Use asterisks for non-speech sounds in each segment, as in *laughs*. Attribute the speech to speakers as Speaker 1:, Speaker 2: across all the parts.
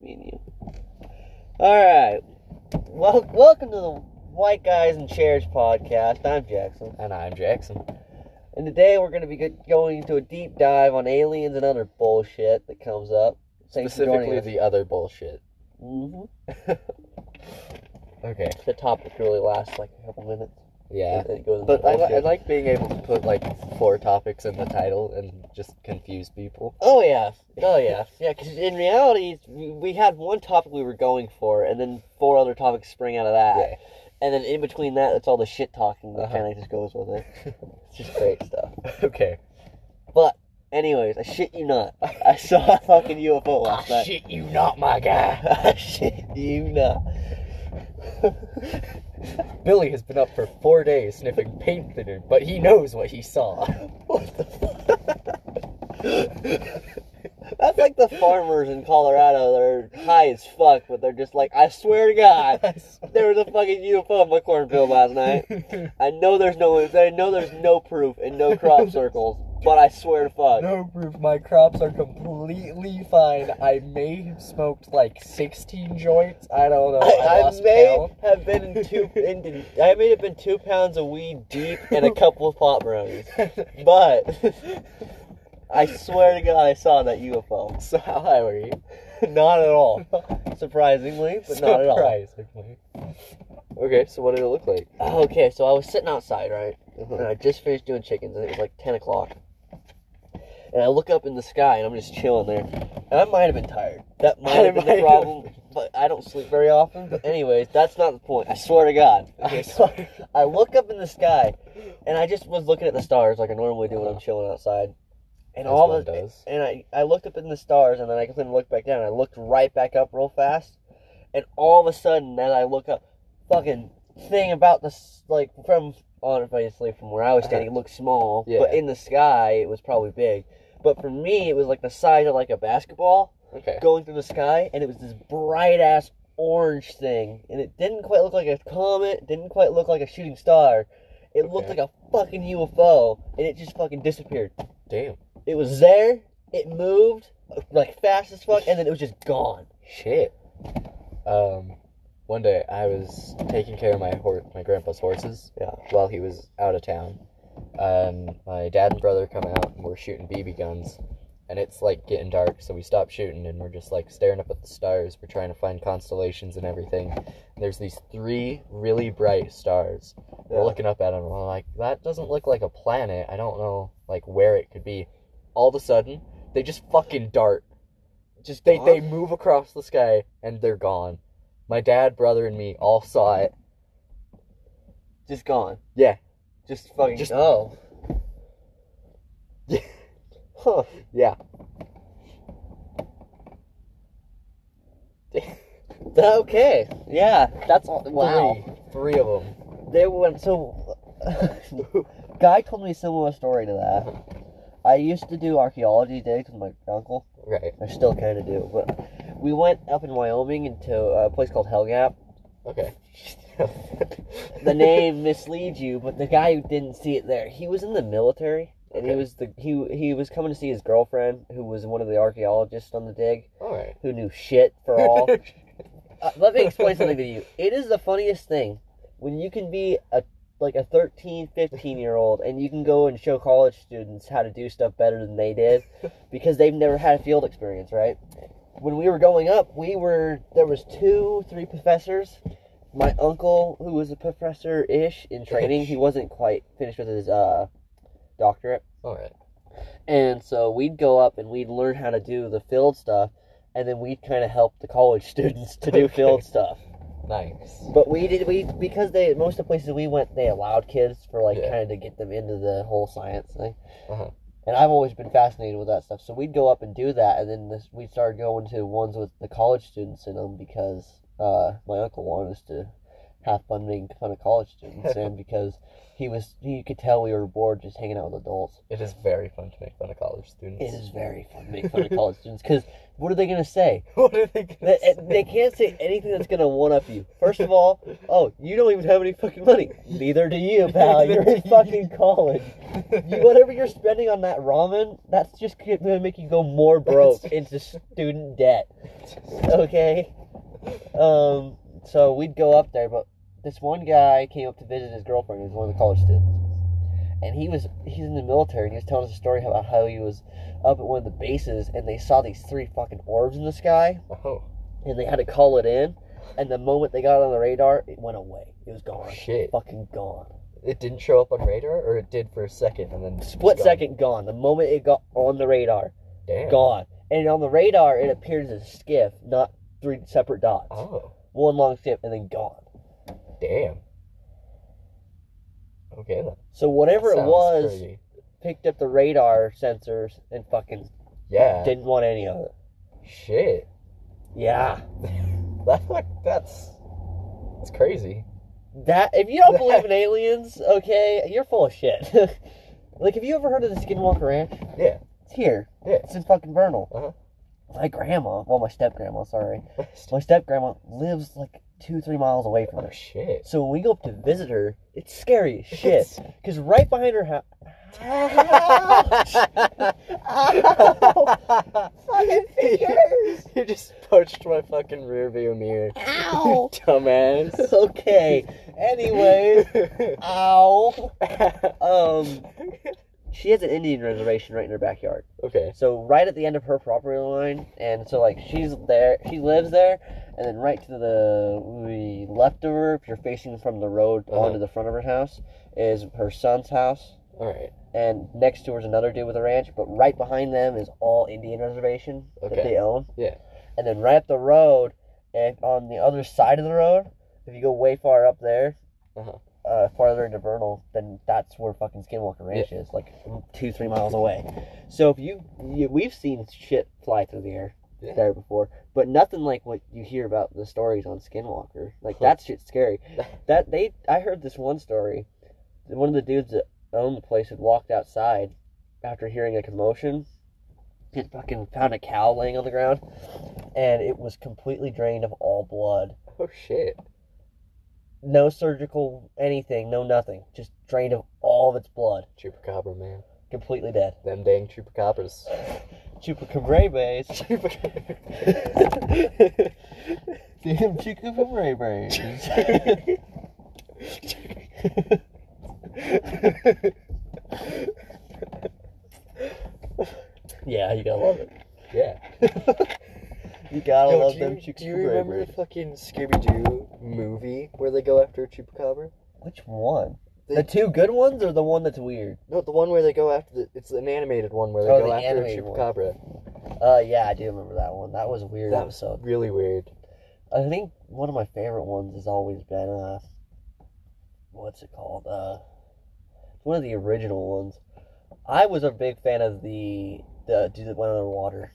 Speaker 1: Me and you. Alright. Well, welcome to the White Guys and Chairs podcast. I'm Jackson.
Speaker 2: And I'm Jackson.
Speaker 1: And today we're going to be get- going into a deep dive on aliens and other bullshit that comes up. Thanks for joining
Speaker 2: Specifically,
Speaker 1: us.
Speaker 2: the other bullshit.
Speaker 1: Mhm.
Speaker 2: Okay.
Speaker 1: The topic really lasts like a couple minutes.
Speaker 2: Yeah.
Speaker 1: and then it goes into
Speaker 2: But I, li- I
Speaker 1: bullshit.
Speaker 2: like being able to put like four topics in the title and just confuse people.
Speaker 1: Oh yeah, oh yeah, yeah. Because in reality, we we had one topic we were going for, and then four other topics spring out of that,
Speaker 2: Yeah.
Speaker 1: and then in between that, it's all the shit talking that
Speaker 2: Uh-huh.
Speaker 1: kind of just goes with
Speaker 2: *laughs*
Speaker 1: it. It's just great stuff.
Speaker 2: *laughs* okay.
Speaker 1: But anyways, I shit you not, *laughs* I saw a fucking UFO last night.
Speaker 2: Ah, shit, you not my guy.
Speaker 1: *laughs*
Speaker 2: *laughs*
Speaker 1: I shit you not.
Speaker 2: Billy has been up for four days sniffing paint thinner, but he knows what he saw. *laughs*
Speaker 1: What the fuck? That's like the farmers in Colorado. They're high as fuck, but they're just like, I swear to God, there was a fucking UFO in my cornfield last night. I know there's no I know there's no proof and no crop circles, but I swear to fuck.
Speaker 2: *laughs* No proof. My crops are completely fine. I may have smoked like 16 joints. I don't know.
Speaker 1: I,
Speaker 2: I,
Speaker 1: I
Speaker 2: lost
Speaker 1: may
Speaker 2: count.
Speaker 1: have been in two into, I may have been two pounds of weed deep and a couple of pot brownies. But *laughs* I swear to god I saw that UFO.
Speaker 2: *laughs* so how high were you?
Speaker 1: *laughs* Not at all. Surprisingly, but not at
Speaker 2: *laughs*
Speaker 1: all.
Speaker 2: Surprisingly. Okay, so what did it look *laughs* like?
Speaker 1: Oh, Okay, so I was sitting outside, right? And I just finished doing chickens, and it was like 10 o'clock. And I look up in the sky, and I'm just chilling there. And I might have been tired. That might
Speaker 2: I
Speaker 1: have been
Speaker 2: might
Speaker 1: the
Speaker 2: have
Speaker 1: problem, but I don't sleep very often. But, anyways, that's not the point. I swear to
Speaker 2: *laughs*
Speaker 1: God. Okay, so I look up in the sky, and I just was looking at the stars like I normally do when I'm chilling outside. And
Speaker 2: As
Speaker 1: all
Speaker 2: one
Speaker 1: of
Speaker 2: does.
Speaker 1: and I, I looked up in the stars, and then I couldn't look back down. I looked right back up real fast, and all of a sudden, as I look up, fucking thing about this like from obviously from where I was
Speaker 2: *laughs*
Speaker 1: standing, it looked small,
Speaker 2: Yeah.
Speaker 1: but in the sky it was probably big. But for me, it was like the size of like a basketball
Speaker 2: Okay.
Speaker 1: going through the sky, and it was this bright ass orange thing, and it didn't quite look like a comet, didn't quite look like a shooting star. It looked like
Speaker 2: Okay.
Speaker 1: a fucking UFO, and it just fucking disappeared.
Speaker 2: Damn.
Speaker 1: It was there, it moved like fast as fuck, and then it was just gone.
Speaker 2: Shit. Um, one day I was taking care of my hor- my grandpa's horses.
Speaker 1: Yeah.
Speaker 2: While he was out of town, um, my dad and brother come out and we're shooting BB guns, and it's like getting dark, so we stop shooting and we're just like staring up at the stars. We're trying to find constellations and everything. And there's these three really bright stars. We're looking up at them and we're like, that doesn't look like a planet. I don't know like where it could be. All of a sudden, they just fucking dart
Speaker 1: Just
Speaker 2: they
Speaker 1: gone?
Speaker 2: they move across the sky and they're gone. My dad, brother, and me all saw it. *laughs*
Speaker 1: just gone.
Speaker 2: Yeah.
Speaker 1: Just fucking
Speaker 2: Just- *laughs*
Speaker 1: oh. huh.
Speaker 2: Yeah.
Speaker 1: Th- Okay. Yeah. That's all. Wow.
Speaker 2: Three, three of them.
Speaker 1: They went so. *laughs* Guy told me a similar story to that. I used to do archaeology days with my uncle.
Speaker 2: Right.
Speaker 1: I still kind of do, but we went up in Wyoming into a place called Hell Gap.
Speaker 2: Okay. *laughs*
Speaker 1: the name misleads you, but the guy who didn't see it there, he was in the military, and he
Speaker 2: Okay.
Speaker 1: was the he he was coming to see his girlfriend, who was one of the archaeologists on the dig,
Speaker 2: All right.
Speaker 1: who knew shit for all.
Speaker 2: *laughs*
Speaker 1: *laughs* Uh, let me explain something to you. It is the funniest thing when you can be a like a 13, 15 year old and you can go and show college students how to do stuff better than they did because they've never had a field experience, right? When we were going up, we were there was two, three professors. My uncle, who was a professor ish in training, he wasn't quite finished with his uh doctorate.
Speaker 2: all right.
Speaker 1: And so we'd go up and we'd learn how to do the field stuff, and then we'd kind of help the college *laughs* students to do
Speaker 2: Okay.
Speaker 1: field stuff.
Speaker 2: Nice.
Speaker 1: But we did we because they most of the places we went they allowed kids for like
Speaker 2: Yeah.
Speaker 1: kind of to get them into the whole science thing.
Speaker 2: Uh-huh.
Speaker 1: And I've always been fascinated with that stuff. So we'd go up and do that, and then this, we started going to ones with the college students in them because uh, my uncle wanted us to have fun making fun of college
Speaker 2: *laughs*
Speaker 1: students and because he was you could tell we were bored just hanging out with adults.
Speaker 2: It is very fun to make fun of college students.
Speaker 1: It is very fun to make fun of college students because what are they gonna say?
Speaker 2: *laughs* What are they gonna
Speaker 1: They,
Speaker 2: say?
Speaker 1: they can't say anything that's gonna one up you. First of all, oh you don't even have any fucking money. Neither do
Speaker 2: *laughs*
Speaker 1: you, pal.
Speaker 2: Neither
Speaker 1: You're in
Speaker 2: do you.
Speaker 1: fucking college. You, whatever you're spending on that ramen, that's just gonna make you go more broke into student debt. Okay. Um. So we'd go up there, but this one guy came up to visit his girlfriend. He was one of the college students, and he was he's in the military. And he was telling us a story about how he was up at one of the bases, and they saw these three fucking orbs in the sky,
Speaker 2: *laughs* Oh
Speaker 1: and they had to call it in. And the moment they got on the radar, it went away. It was gone.
Speaker 2: shit!
Speaker 1: Fucking gone.
Speaker 2: It didn't show up on radar, or it did for a second and then
Speaker 1: Split
Speaker 2: gone?
Speaker 1: second gone. The moment it got on the radar,
Speaker 2: Damn.
Speaker 1: gone. And on the radar, it appears as a skiff, not three separate dots.
Speaker 2: Oh
Speaker 1: One long skiff, and then gone.
Speaker 2: damn. Okay then.
Speaker 1: So whatever it
Speaker 2: Sounds
Speaker 1: was,
Speaker 2: pretty-
Speaker 1: picked up the radar sensors and fucking
Speaker 2: Yeah.
Speaker 1: didn't want any of it.
Speaker 2: Shit.
Speaker 1: Yeah.
Speaker 2: That like that's that's crazy.
Speaker 1: That if
Speaker 2: *laughs*
Speaker 1: you don't believe in aliens, okay, you're full of shit. *laughs* like, have you ever heard of the Skinwalker Ranch?
Speaker 2: Yeah.
Speaker 1: It's here.
Speaker 2: Yeah.
Speaker 1: It's in fucking Vernal.
Speaker 2: Uh-huh.
Speaker 1: My grandma, well, my step grandma, sorry,
Speaker 2: Oh,
Speaker 1: my step grandma lives like two, three miles away from
Speaker 2: Oh
Speaker 1: her.
Speaker 2: shit.
Speaker 1: So when we go up to visit her, it's scary as shit.
Speaker 2: *laughs*
Speaker 1: Because right behind her *laughs* house. Ow! Fucking fingers!
Speaker 2: you just punched my fucking rear view
Speaker 1: *laughs*
Speaker 2: mirror.
Speaker 1: Ow!
Speaker 2: *laughs* Dumbass.
Speaker 1: okay. Oh. *laughs* Anyways, *laughs* ow. Um, she has an Indian reservation right in her backyard.
Speaker 2: *laughs* okay.
Speaker 1: So right at the end of her property line, and so like she's there, she lives there, and then right to the left of her, if you're facing from the road
Speaker 2: Uh-huh.
Speaker 1: onto the front of her house, is her son's house.
Speaker 2: Alright.
Speaker 1: and next to her is another dude with a ranch, but right behind them is all Indian reservation that
Speaker 2: Okay.
Speaker 1: they own.
Speaker 2: Yeah.
Speaker 1: And then right up the road, and on the other side of the road, if you go way far up there,
Speaker 2: Uh-huh.
Speaker 1: uh, farther into Vernal, then that's where fucking Skinwalker Ranch is, like two, three miles away. So if you, you we've seen shit fly through the air
Speaker 2: Yeah.
Speaker 1: there before, but nothing like what you hear about the stories on Skinwalker. Like
Speaker 2: Huh.
Speaker 1: that shit's scary. That they, I heard this one story. One of the dudes that owned the place had walked outside after hearing a commotion. He fucking found a cow laying on the ground, and it was completely drained of all blood.
Speaker 2: Oh shit.
Speaker 1: No surgical anything, no nothing. Just drained of all of its blood.
Speaker 2: Chupacabra man.
Speaker 1: Completely dead.
Speaker 2: Them dang
Speaker 1: *laughs*
Speaker 2: chupacabras. *laughs*
Speaker 1: Chupacabras.
Speaker 2: Chupacabra.
Speaker 1: *laughs* Damn chupacabras. *laughs* yeah, you gotta love it.
Speaker 2: yeah.
Speaker 1: You gotta
Speaker 2: Yo,
Speaker 1: love
Speaker 2: do
Speaker 1: them
Speaker 2: you, Do you remember the
Speaker 1: chupacabras.
Speaker 2: fucking Scooby Doo movie where they go after a chupacabra?
Speaker 1: Which one?
Speaker 2: They-
Speaker 1: the two good ones or the one that's weird?
Speaker 2: No, the one where they go after the. It's an animated one where they
Speaker 1: Oh,
Speaker 2: go
Speaker 1: the
Speaker 2: after a
Speaker 1: animated one.
Speaker 2: chupacabra.
Speaker 1: Uh, yeah, I do remember that one. That was a weird
Speaker 2: That-
Speaker 1: episode.
Speaker 2: Really weird.
Speaker 1: I think one of my favorite ones has always been uh, what's it called? Uh, one of the original ones. I was a big fan of the the dude that went underwater,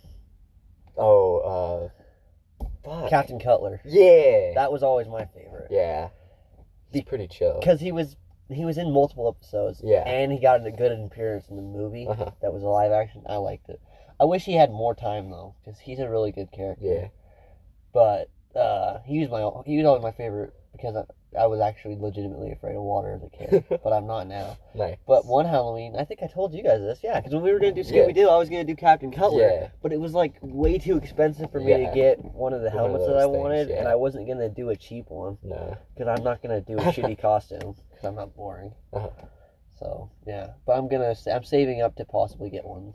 Speaker 2: Oh, uh. Fuck.
Speaker 1: Captain Cutler.
Speaker 2: yeah.
Speaker 1: That was always my favorite
Speaker 2: yeah. He's pretty chill.
Speaker 1: because he was he was in multiple episodes.
Speaker 2: Yeah.
Speaker 1: and he got a good appearance in the movie
Speaker 2: Uh-huh.
Speaker 1: that was a live action. I liked it. I wish he had more time though, because he's a really good character.
Speaker 2: Yeah.
Speaker 1: but uh, he was my he was always my favorite because I, I was actually legitimately afraid of water as a
Speaker 2: *laughs*
Speaker 1: kid, but I'm not now.
Speaker 2: Nice.
Speaker 1: But one Halloween, I think I told you guys this, yeah, because when we were gonna do
Speaker 2: Yeah.
Speaker 1: Scooby Doo, I was gonna do Captain Cutler,
Speaker 2: Yeah.
Speaker 1: but it was like way too expensive for me
Speaker 2: Yeah.
Speaker 1: to get one of the
Speaker 2: One of
Speaker 1: helmets that
Speaker 2: those
Speaker 1: I
Speaker 2: things,
Speaker 1: wanted, and
Speaker 2: yeah.
Speaker 1: I wasn't gonna do a cheap one
Speaker 2: No.
Speaker 1: because I'm not gonna do a
Speaker 2: *laughs*
Speaker 1: shitty costume because I'm not boring.
Speaker 2: Uh-huh.
Speaker 1: So yeah, but I'm gonna sa- I'm saving up to possibly get one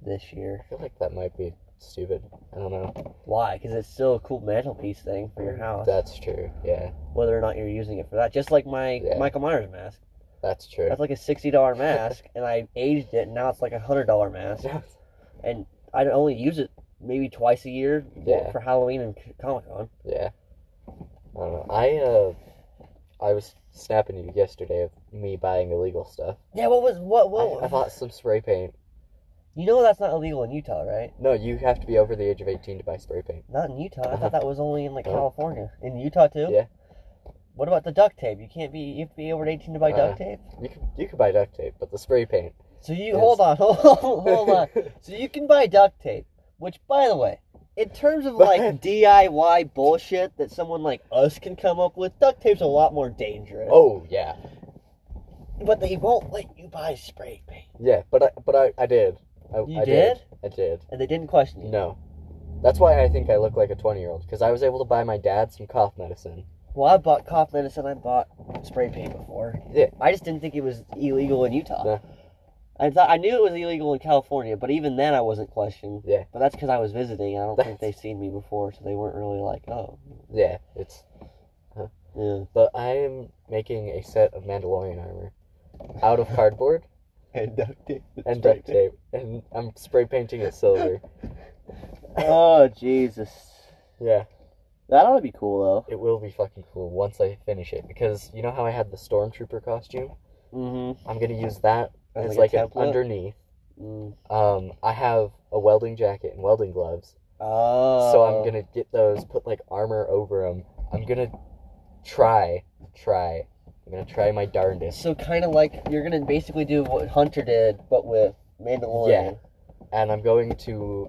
Speaker 1: this year.
Speaker 2: I feel like that might be stupid. I don't know.
Speaker 1: Why? Because it's still a cool mantelpiece thing for your house.
Speaker 2: That's true. Yeah.
Speaker 1: whether or not you're using it for that. Just like my
Speaker 2: Yeah.
Speaker 1: Michael Myers mask.
Speaker 2: That's true.
Speaker 1: That's like a sixty dollar mask, and I aged it, and now it's like a hundred dollar mask.
Speaker 2: *laughs*
Speaker 1: And I only use it maybe twice a year
Speaker 2: Yeah.
Speaker 1: for Halloween and Comic Con.
Speaker 2: Yeah. I don't know. I uh I was snapping you yesterday of me buying illegal stuff.
Speaker 1: Yeah, what was what
Speaker 2: I, I bought some spray paint.
Speaker 1: you know that's not illegal in Utah, right?
Speaker 2: No, you have to be over the age of eighteen to buy spray paint.
Speaker 1: Not in Utah. I
Speaker 2: Uh-huh.
Speaker 1: thought that was only in like
Speaker 2: No.
Speaker 1: California. In Utah too.
Speaker 2: Yeah.
Speaker 1: What about the duct tape? You can't be you have to be over eighteen to buy duct
Speaker 2: Uh,
Speaker 1: tape.
Speaker 2: You could you could buy duct tape, but the spray paint.
Speaker 1: So you
Speaker 2: yes.
Speaker 1: hold on, *laughs* hold on, hold on. So you can buy duct tape, which, by the way, in terms of like
Speaker 2: But-
Speaker 1: DIY bullshit that someone like us can come up with, duct tape's a lot more dangerous.
Speaker 2: *laughs* oh yeah,
Speaker 1: but they won't let you buy spray paint,
Speaker 2: yeah. But I but I, I did. I,
Speaker 1: You
Speaker 2: Oh, I
Speaker 1: did?
Speaker 2: I did.
Speaker 1: and they didn't question you.
Speaker 2: No, that's why I think I look like a twenty year old because I was able to buy my dad some cough medicine.
Speaker 1: Well, I bought cough medicine. I bought spray paint before.
Speaker 2: Yeah.
Speaker 1: I just didn't think it was illegal in Utah.
Speaker 2: Yeah.
Speaker 1: I thought I knew it was illegal in California, but even then I wasn't questioned.
Speaker 2: Yeah.
Speaker 1: But that's because I was visiting. I don't think
Speaker 2: That's-
Speaker 1: they've seen me before, so they weren't really like, oh,
Speaker 2: Yeah, it's
Speaker 1: yeah.
Speaker 2: but I am making a set of Mandalorian armor out of cardboard
Speaker 1: And duct tape.
Speaker 2: and duct tape, and I'm spray painting it silver.
Speaker 1: Oh Jesus.
Speaker 2: *laughs* Yeah,
Speaker 1: That ought to be cool
Speaker 2: it will be fucking cool once I finish it because you know how I had the stormtrooper costume.
Speaker 1: though. Mm-hmm.
Speaker 2: I'm gonna use that
Speaker 1: As
Speaker 2: as
Speaker 1: like
Speaker 2: like,
Speaker 1: a
Speaker 2: an
Speaker 1: template?
Speaker 2: underneath.
Speaker 1: Mm.
Speaker 2: Um, I have a welding jacket and welding gloves,
Speaker 1: Oh.
Speaker 2: so I'm gonna get those, put like armor over them. I'm gonna try, try. I'm gonna try my darndest,
Speaker 1: So kind of like you're gonna basically do what Hunter did, but with Mandalorian.
Speaker 2: and I'm going to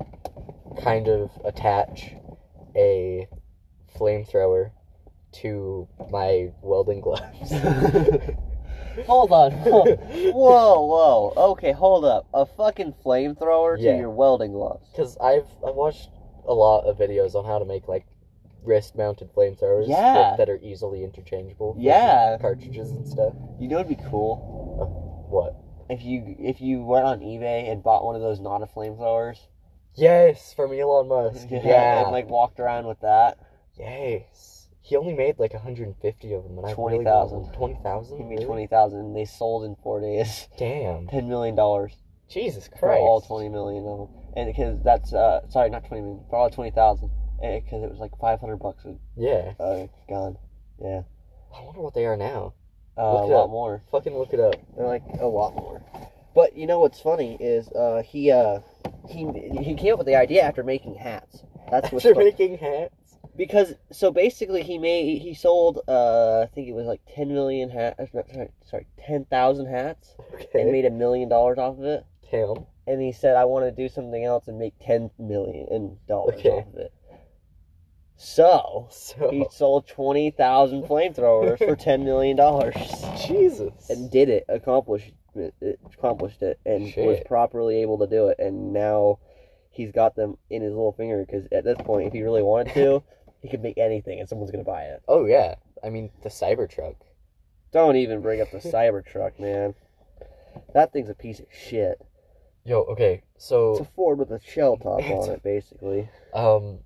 Speaker 2: kind of attach a flamethrower to my welding *laughs* gloves.
Speaker 1: *laughs* Hold
Speaker 2: *laughs*
Speaker 1: on. Whoa, whoa. Okay, hold up. A fucking flamethrower
Speaker 2: Yeah.
Speaker 1: to your welding gloves.
Speaker 2: Because I've I've watched a lot of videos on how to make like wrist mounted flamethrowers
Speaker 1: Yeah.
Speaker 2: that, that are easily interchangeable. with
Speaker 1: Yeah.
Speaker 2: Cartridges and stuff.
Speaker 1: You know it'd be cool
Speaker 2: What?
Speaker 1: if you if you went on eBay and bought one of those not a flamethrowers.
Speaker 2: Yes, from Elon Musk.
Speaker 1: *laughs*
Speaker 2: Yeah.
Speaker 1: And like walked around with that.
Speaker 2: yes. He only made like 150 of them, and I really
Speaker 1: 20,000.
Speaker 2: want 20,000?
Speaker 1: Give me
Speaker 2: Really?
Speaker 1: twenty thousand. They sold in four days. *laughs*
Speaker 2: Damn.
Speaker 1: Ten million dollars
Speaker 2: Jesus Christ.
Speaker 1: for all twenty million of them, and because that's uh sorry not twenty million for all twenty thousand, because it was like five hundred bucks a
Speaker 2: Yeah.
Speaker 1: uh, gun. Yeah,
Speaker 2: I wonder what they are now.
Speaker 1: uh,
Speaker 2: Look
Speaker 1: a
Speaker 2: it
Speaker 1: lot
Speaker 2: up.
Speaker 1: more.
Speaker 2: Fucking
Speaker 1: *laughs*
Speaker 2: look it up.
Speaker 1: They're like a lot more. But you know what's funny is uh, he uh, he he came up with the idea after making hats. That's what's
Speaker 2: They're
Speaker 1: funny.
Speaker 2: making hats.
Speaker 1: because so basically he made he sold uh, I think it was like ten million hats uh, sorry, sorry ten thousand hats and
Speaker 2: Okay.
Speaker 1: made a million dollars off of it.
Speaker 2: Damn.
Speaker 1: And he said I want to do something else and make ten million and dollars
Speaker 2: Okay. Oh.
Speaker 1: off of it. So
Speaker 2: So.
Speaker 1: he sold twenty thousand flamethrowers for ten million dollars
Speaker 2: Jesus.
Speaker 1: and did it, accomplished it, accomplished it, and was
Speaker 2: Shit.
Speaker 1: properly able to do it. And now he's got them in his little finger because at this point, if he really wanted
Speaker 2: *laughs*
Speaker 1: to, he could make anything, and someone's gonna buy it.
Speaker 2: Oh yeah. I mean the Cybertruck.
Speaker 1: Don't even bring up the Cybertruck, man. That thing's a piece of shit.
Speaker 2: Yo. Okay. So.
Speaker 1: It's a Ford with a shell top
Speaker 2: It's
Speaker 1: on
Speaker 2: a-
Speaker 1: it, basically.
Speaker 2: Um,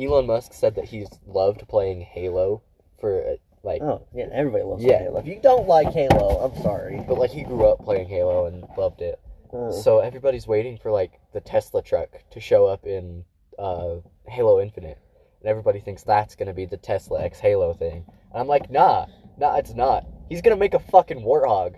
Speaker 2: Elon Musk said that he's loved playing Halo for uh, like,
Speaker 1: Oh yeah, everybody loves
Speaker 2: Yeah.
Speaker 1: Halo. If you don't like Halo, I'm sorry.
Speaker 2: but like he grew up playing Halo and loved it.
Speaker 1: Uh,
Speaker 2: So everybody's waiting for like the Tesla truck to show up in uh, Halo Infinite, and everybody thinks that's gonna be the Tesla X Halo thing. And I'm like, nah, nah, it's not. He's gonna make a fucking warthog.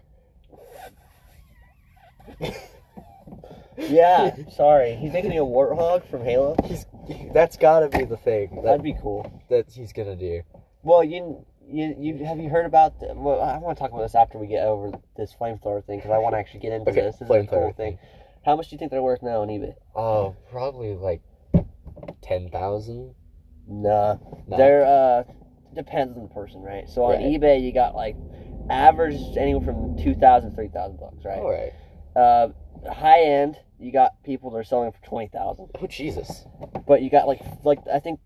Speaker 1: *laughs* yeah, sorry. He's making a warthog from Halo.
Speaker 2: He's that's gotta be the thing
Speaker 1: That'd
Speaker 2: that
Speaker 1: be cool.
Speaker 2: that he's gonna do.
Speaker 1: Well, you, you, you have you heard about? The, well, I want to talk about this after we get over this flamethrower thing because I want to actually get into
Speaker 2: Okay,
Speaker 1: this. This is a cool
Speaker 2: flamethrower
Speaker 1: thing. How much do you think they're worth now on eBay?
Speaker 2: Oh, probably like ten thousand.
Speaker 1: Nah, they're uh, depends on the person, right? So on
Speaker 2: Right.
Speaker 1: eBay, you got like average anywhere from two thousand, three thousand bucks, right?
Speaker 2: all right.
Speaker 1: Uh, high end, you got people that are selling for twenty thousand,
Speaker 2: Oh Jesus.
Speaker 1: but you got like like I think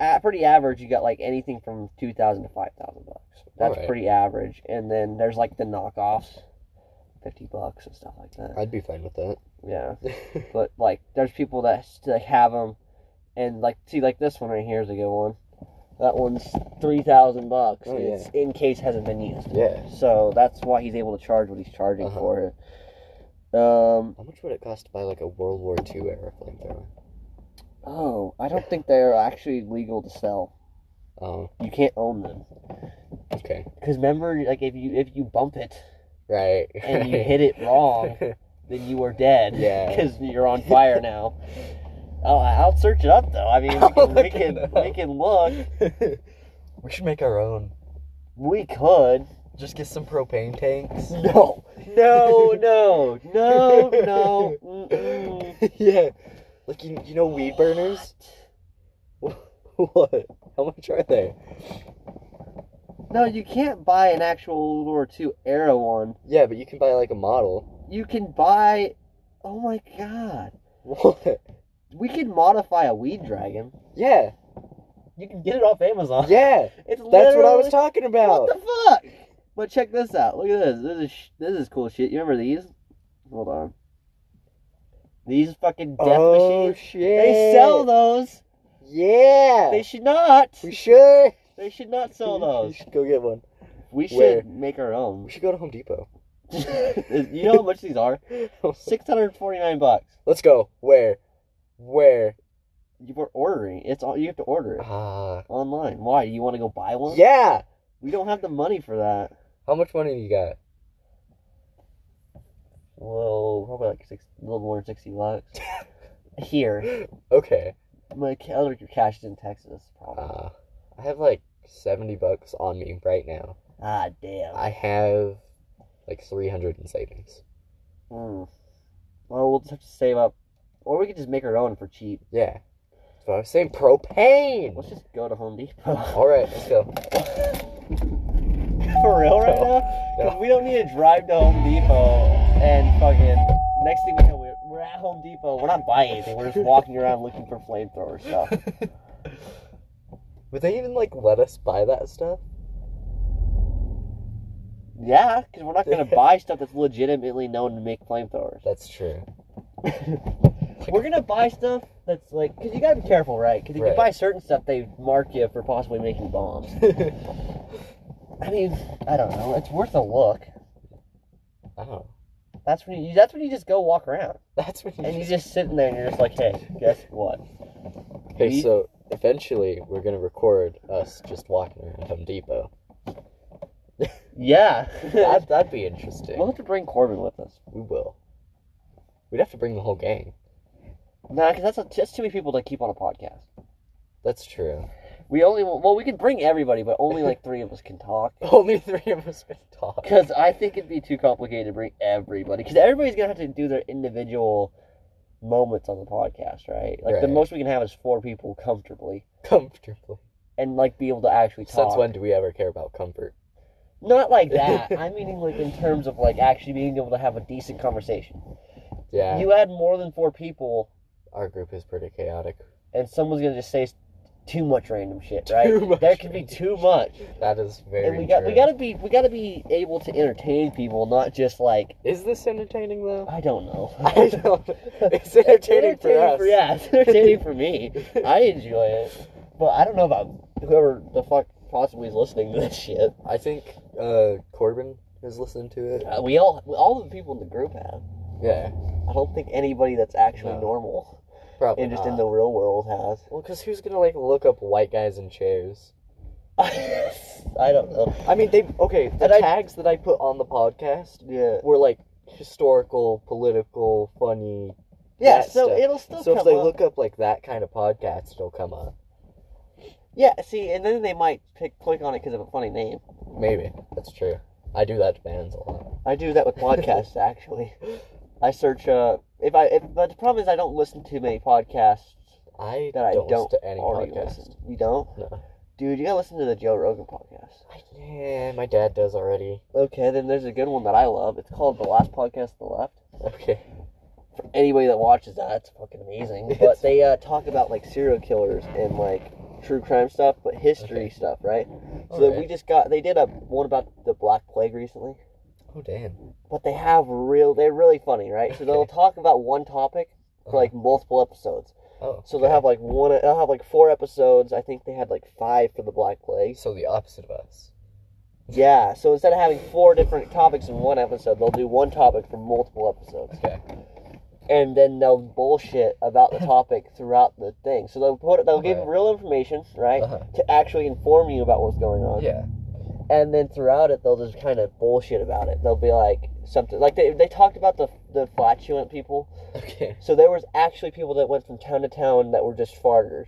Speaker 1: at pretty average, you got like anything from two thousand to five thousand bucks. That's
Speaker 2: Alright.
Speaker 1: pretty average. And then there's like the knockoffs, fifty bucks and stuff like that.
Speaker 2: I'd be fine with that. *laughs*
Speaker 1: Yeah, but like there's people that s- like have them, and like see like this one right here is a good one. That one's three thousand bucks.
Speaker 2: Oh,
Speaker 1: and It's in case hasn't been used.
Speaker 2: yeah.
Speaker 1: So that's why he's able to charge what he's charging
Speaker 2: Uh-huh.
Speaker 1: for it. Um.
Speaker 2: How much would it cost to buy like a World War II era flamethrower?
Speaker 1: Oh, I don't think they're actually legal to sell.
Speaker 2: Oh,
Speaker 1: You can't own them.
Speaker 2: okay.
Speaker 1: Cause remember, like if you if you bump it
Speaker 2: Right.
Speaker 1: and
Speaker 2: *laughs*
Speaker 1: you hit it wrong, then you are dead. *laughs*
Speaker 2: Yeah.
Speaker 1: Because you're on fire now. Oh, I'll search it
Speaker 2: *laughs*
Speaker 1: up though. I mean, we
Speaker 2: I'll
Speaker 1: can we
Speaker 2: look
Speaker 1: can,
Speaker 2: it
Speaker 1: we
Speaker 2: up. *laughs*
Speaker 1: can look.
Speaker 2: we should make our own.
Speaker 1: We could.
Speaker 2: Just get some propane tanks.
Speaker 1: No. *laughs* No, no, no, no. Mm-mm.
Speaker 2: *laughs* yeah. Like you, you know *laughs* weed burners?
Speaker 1: *laughs*
Speaker 2: what? How much are they?
Speaker 1: No, you can't buy an actual World War II era one.
Speaker 2: Yeah, but you can buy like a model.
Speaker 1: You can buy. Oh my god.
Speaker 2: What?
Speaker 1: We could modify a weed dragon.
Speaker 2: Yeah.
Speaker 1: You can get it off Amazon.
Speaker 2: Yeah.
Speaker 1: It's
Speaker 2: That's what I
Speaker 1: literally-
Speaker 2: was talking about.
Speaker 1: What the fuck? But check this out. Look at this. This is sh- this is cool shit. You remember these? Hold on. These fucking death
Speaker 2: oh
Speaker 1: machines.
Speaker 2: shit.
Speaker 1: They sell those.
Speaker 2: Yeah.
Speaker 1: They should not.
Speaker 2: we should.
Speaker 1: They should not sell
Speaker 2: *laughs* We
Speaker 1: those.
Speaker 2: should go get one.
Speaker 1: We should
Speaker 2: Where?
Speaker 1: make our own.
Speaker 2: We should go to Home Depot. *laughs*
Speaker 1: *laughs* you know how much these are? Six hundred forty-nine bucks.
Speaker 2: Let's go. Where? Where?
Speaker 1: You were ordering. It's all you have to order it
Speaker 2: Ah.
Speaker 1: online. Why? You want to go buy one?
Speaker 2: yeah.
Speaker 1: We don't have the money for that.
Speaker 2: How much money you got?
Speaker 1: Well, probably like six, a little more than sixty
Speaker 2: *laughs*
Speaker 1: bucks. Here,
Speaker 2: Okay.
Speaker 1: my ca- other cash is in Texas. Probably.
Speaker 2: Uh, I have like seventy bucks on me right now.
Speaker 1: ah, damn.
Speaker 2: I have like three hundred in savings.
Speaker 1: Mm. Well, we'll just have to save up, or we could just make our own for cheap.
Speaker 2: Yeah. So I was saying propane.
Speaker 1: Let's just go to Home Depot.
Speaker 2: *laughs* All right, let's go.
Speaker 1: for real right now?
Speaker 2: No. No.
Speaker 1: Because we don't need to drive to Home Depot and fucking. Next thing we know, we're, we're at Home Depot. We're not buying anything. We're just walking around looking for flamethrower stuff.
Speaker 2: Would they even like let us buy that stuff?
Speaker 1: Yeah, because we're not gonna buy stuff that's legitimately known to make flamethrowers.
Speaker 2: That's true. *laughs*
Speaker 1: We're gonna buy stuff that's like, because you gotta be careful, right? Because if you
Speaker 2: Right.
Speaker 1: buy certain stuff, they mark you for possibly making bombs.
Speaker 2: I
Speaker 1: I mean, I don't know. It's worth a look.
Speaker 2: don't know.
Speaker 1: That's when you. That's when you just go walk around,
Speaker 2: That's what you
Speaker 1: and you just sitting there, and you're just like, hey, guess what?
Speaker 2: Okay, so eventually we're gonna record us just walking around Home Depot.
Speaker 1: Yeah. *laughs*
Speaker 2: That, that'd be interesting.
Speaker 1: we'll have to bring Corbin with us.
Speaker 2: We will. We'd have to bring the whole gang.
Speaker 1: Nah, because that's, a- that's too many people to keep on a podcast.
Speaker 2: That's true. *laughs*
Speaker 1: We only well, we can bring everybody, but only like three of us can talk.
Speaker 2: Only three of us can talk.
Speaker 1: Because I think it'd be too complicated to bring everybody. Because everybody's gonna have to do their individual moments on the podcast, right? Like the
Speaker 2: Right.
Speaker 1: most we can have is four people comfortably,
Speaker 2: Comfortably.
Speaker 1: and like be able to actually talk.
Speaker 2: Since when do we ever care about comfort?
Speaker 1: Not like that. *laughs* I mean, like in terms of like actually being able to have a decent conversation.
Speaker 2: Yeah,
Speaker 1: You add more than four people,
Speaker 2: our group is pretty chaotic.
Speaker 1: and someone's gonna just say s- too much random shit, right?
Speaker 2: Too much
Speaker 1: there can be
Speaker 2: random
Speaker 1: too much,
Speaker 2: That is very.
Speaker 1: and we got we
Speaker 2: true.
Speaker 1: gotta be we gotta be able to entertain people, not just like
Speaker 2: Is this entertaining
Speaker 1: *laughs*
Speaker 2: though?
Speaker 1: I don't know.
Speaker 2: *laughs* I
Speaker 1: *laughs*
Speaker 2: don't. It's entertaining, for us.
Speaker 1: yeah, it's entertaining for me. *laughs* I enjoy it, but I don't know about whoever the fuck possibly is listening to this shit.
Speaker 2: I think uh, Corbin has listened to it.
Speaker 1: Uh, we all all the people in the group have.
Speaker 2: Yeah,
Speaker 1: I don't think anybody that's actually
Speaker 2: No. Uh.
Speaker 1: normal
Speaker 2: probably.
Speaker 1: and just
Speaker 2: not.
Speaker 1: in the real world has. *laughs*
Speaker 2: Well, because who's gonna like look up white guys in chairs?
Speaker 1: I don't know.
Speaker 2: I mean, they okay. The
Speaker 1: And I-
Speaker 2: tags that I put on the podcast
Speaker 1: Yeah.
Speaker 2: were like historical, political, funny.
Speaker 1: Yeah,
Speaker 2: that
Speaker 1: so
Speaker 2: stuff.
Speaker 1: it'll still
Speaker 2: so
Speaker 1: come
Speaker 2: if they
Speaker 1: up.
Speaker 2: look up like that kind of podcast, it'll come up.
Speaker 1: yeah, see, and then they might pick click on it because of a funny name.
Speaker 2: Maybe that's true. I do that to bands a lot.
Speaker 1: I do that with
Speaker 2: *laughs*
Speaker 1: podcasts actually. I search uh if I if, but the problem is I don't listen to many podcasts
Speaker 2: I
Speaker 1: that I
Speaker 2: don't,
Speaker 1: don't
Speaker 2: listen to any
Speaker 1: already
Speaker 2: podcast.
Speaker 1: listen. You don't?
Speaker 2: No.
Speaker 1: Dude, you gotta listen to the Joe Rogan podcast.
Speaker 2: Yeah, my dad does already. *laughs*
Speaker 1: Okay, then there's a good one that I love. It's called The Last Podcast on the Left.
Speaker 2: Okay.
Speaker 1: For anybody that watches that, it's fucking
Speaker 2: *laughs*
Speaker 1: amazing. But they uh, talk about like serial killers and like true crime stuff, but history
Speaker 2: Okay.
Speaker 1: stuff, right? So
Speaker 2: Alright.
Speaker 1: we just got they did a one about the Black Plague recently.
Speaker 2: Oh damn.
Speaker 1: But they have real they're really funny, right? So they'll
Speaker 2: Okay. Uh-huh.
Speaker 1: talk about one topic for like multiple episodes.
Speaker 2: Oh.
Speaker 1: So they'll have like one they'll have like four episodes. I think they had like five for the Black Plague.
Speaker 2: So the opposite of us.
Speaker 1: Yeah, so instead of having four different topics in one episode, they'll do one topic for multiple episodes.
Speaker 2: Okay.
Speaker 1: And then they'll bullshit about
Speaker 2: *laughs*
Speaker 1: the topic throughout the thing. So they'll put they'll give
Speaker 2: Right.
Speaker 1: real information, right?
Speaker 2: Uh-huh.
Speaker 1: To actually inform you about what's going on.
Speaker 2: Yeah. *laughs*
Speaker 1: And then throughout it they'll just kinda bullshit about it. They'll be like something like they they talked about the the flatulent people.
Speaker 2: Okay.
Speaker 1: So there was actually people that went from town to town that were just farters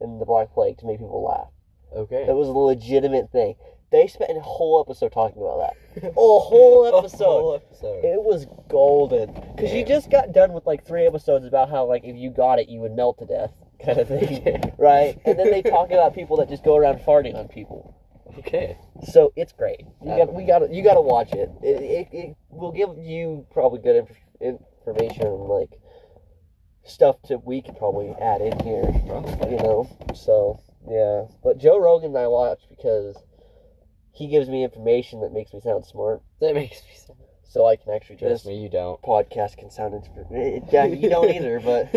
Speaker 1: in the Black Plague to make people laugh.
Speaker 2: Okay. *laughs*
Speaker 1: That was a legitimate thing. They spent a whole episode talking about that. *laughs* A whole episode.
Speaker 2: Whole episode.
Speaker 1: It was golden because you
Speaker 2: Damn.
Speaker 1: just got done with like three episodes about how like if you got it you would melt to death kind of thing, right? And then they talk about people that just go around farting on people.
Speaker 2: *laughs* Okay.
Speaker 1: So it's great. You
Speaker 2: I
Speaker 1: got
Speaker 2: don't
Speaker 1: we
Speaker 2: know.
Speaker 1: got to you got to watch it. It, it. it will give you probably good inf- information like stuff that we could probably add in here you know. So yeah, but Joe Rogan I watch because he gives me information that makes me sound smart,
Speaker 2: That makes me sad.
Speaker 1: so I can actually
Speaker 2: Trust
Speaker 1: just
Speaker 2: me, you don't.
Speaker 1: podcast can sound inspiring. Yeah, you don't
Speaker 2: *laughs*
Speaker 1: either, but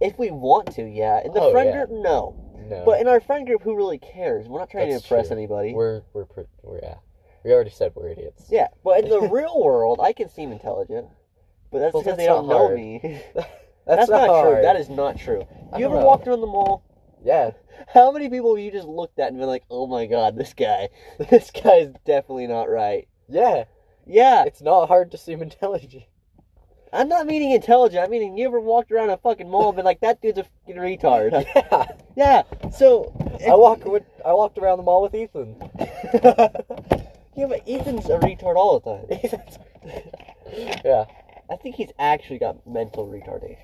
Speaker 1: if we want to, yeah. In the
Speaker 2: Oh,
Speaker 1: friend
Speaker 2: yeah.
Speaker 1: group, no.
Speaker 2: no.
Speaker 1: But in our friend group, who really cares? We're not trying
Speaker 2: That's
Speaker 1: to impress
Speaker 2: true.
Speaker 1: anybody.
Speaker 2: we're we're pre- we're yeah. We already said we're idiots.
Speaker 1: Yeah, but
Speaker 2: *laughs*
Speaker 1: in the real world, I can seem intelligent. But that's
Speaker 2: Well,
Speaker 1: because they
Speaker 2: that's
Speaker 1: don't
Speaker 2: not
Speaker 1: know
Speaker 2: hard.
Speaker 1: me. *laughs* That's, not true. That is not true.
Speaker 2: I
Speaker 1: You
Speaker 2: don't
Speaker 1: ever
Speaker 2: know.
Speaker 1: walked around the mall?
Speaker 2: yeah.
Speaker 1: How many people have you just looked at and been like, "Oh my god, this guy, *laughs* this guy's definitely not right."
Speaker 2: Yeah.
Speaker 1: Yeah,
Speaker 2: It's not hard to seem intelligent.
Speaker 1: I'm not meaning intelligent. I'm meaning you ever walked around a fucking mall and been like, "That dude's a fucking retard."
Speaker 2: *laughs*
Speaker 1: *laughs*
Speaker 2: yeah.
Speaker 1: yeah. So *laughs*
Speaker 2: I walk with, I walked around the mall with Ethan.
Speaker 1: Yeah, but Ethan's a retard all the time. *laughs*
Speaker 2: yeah.
Speaker 1: I think he's actually got mental retardation.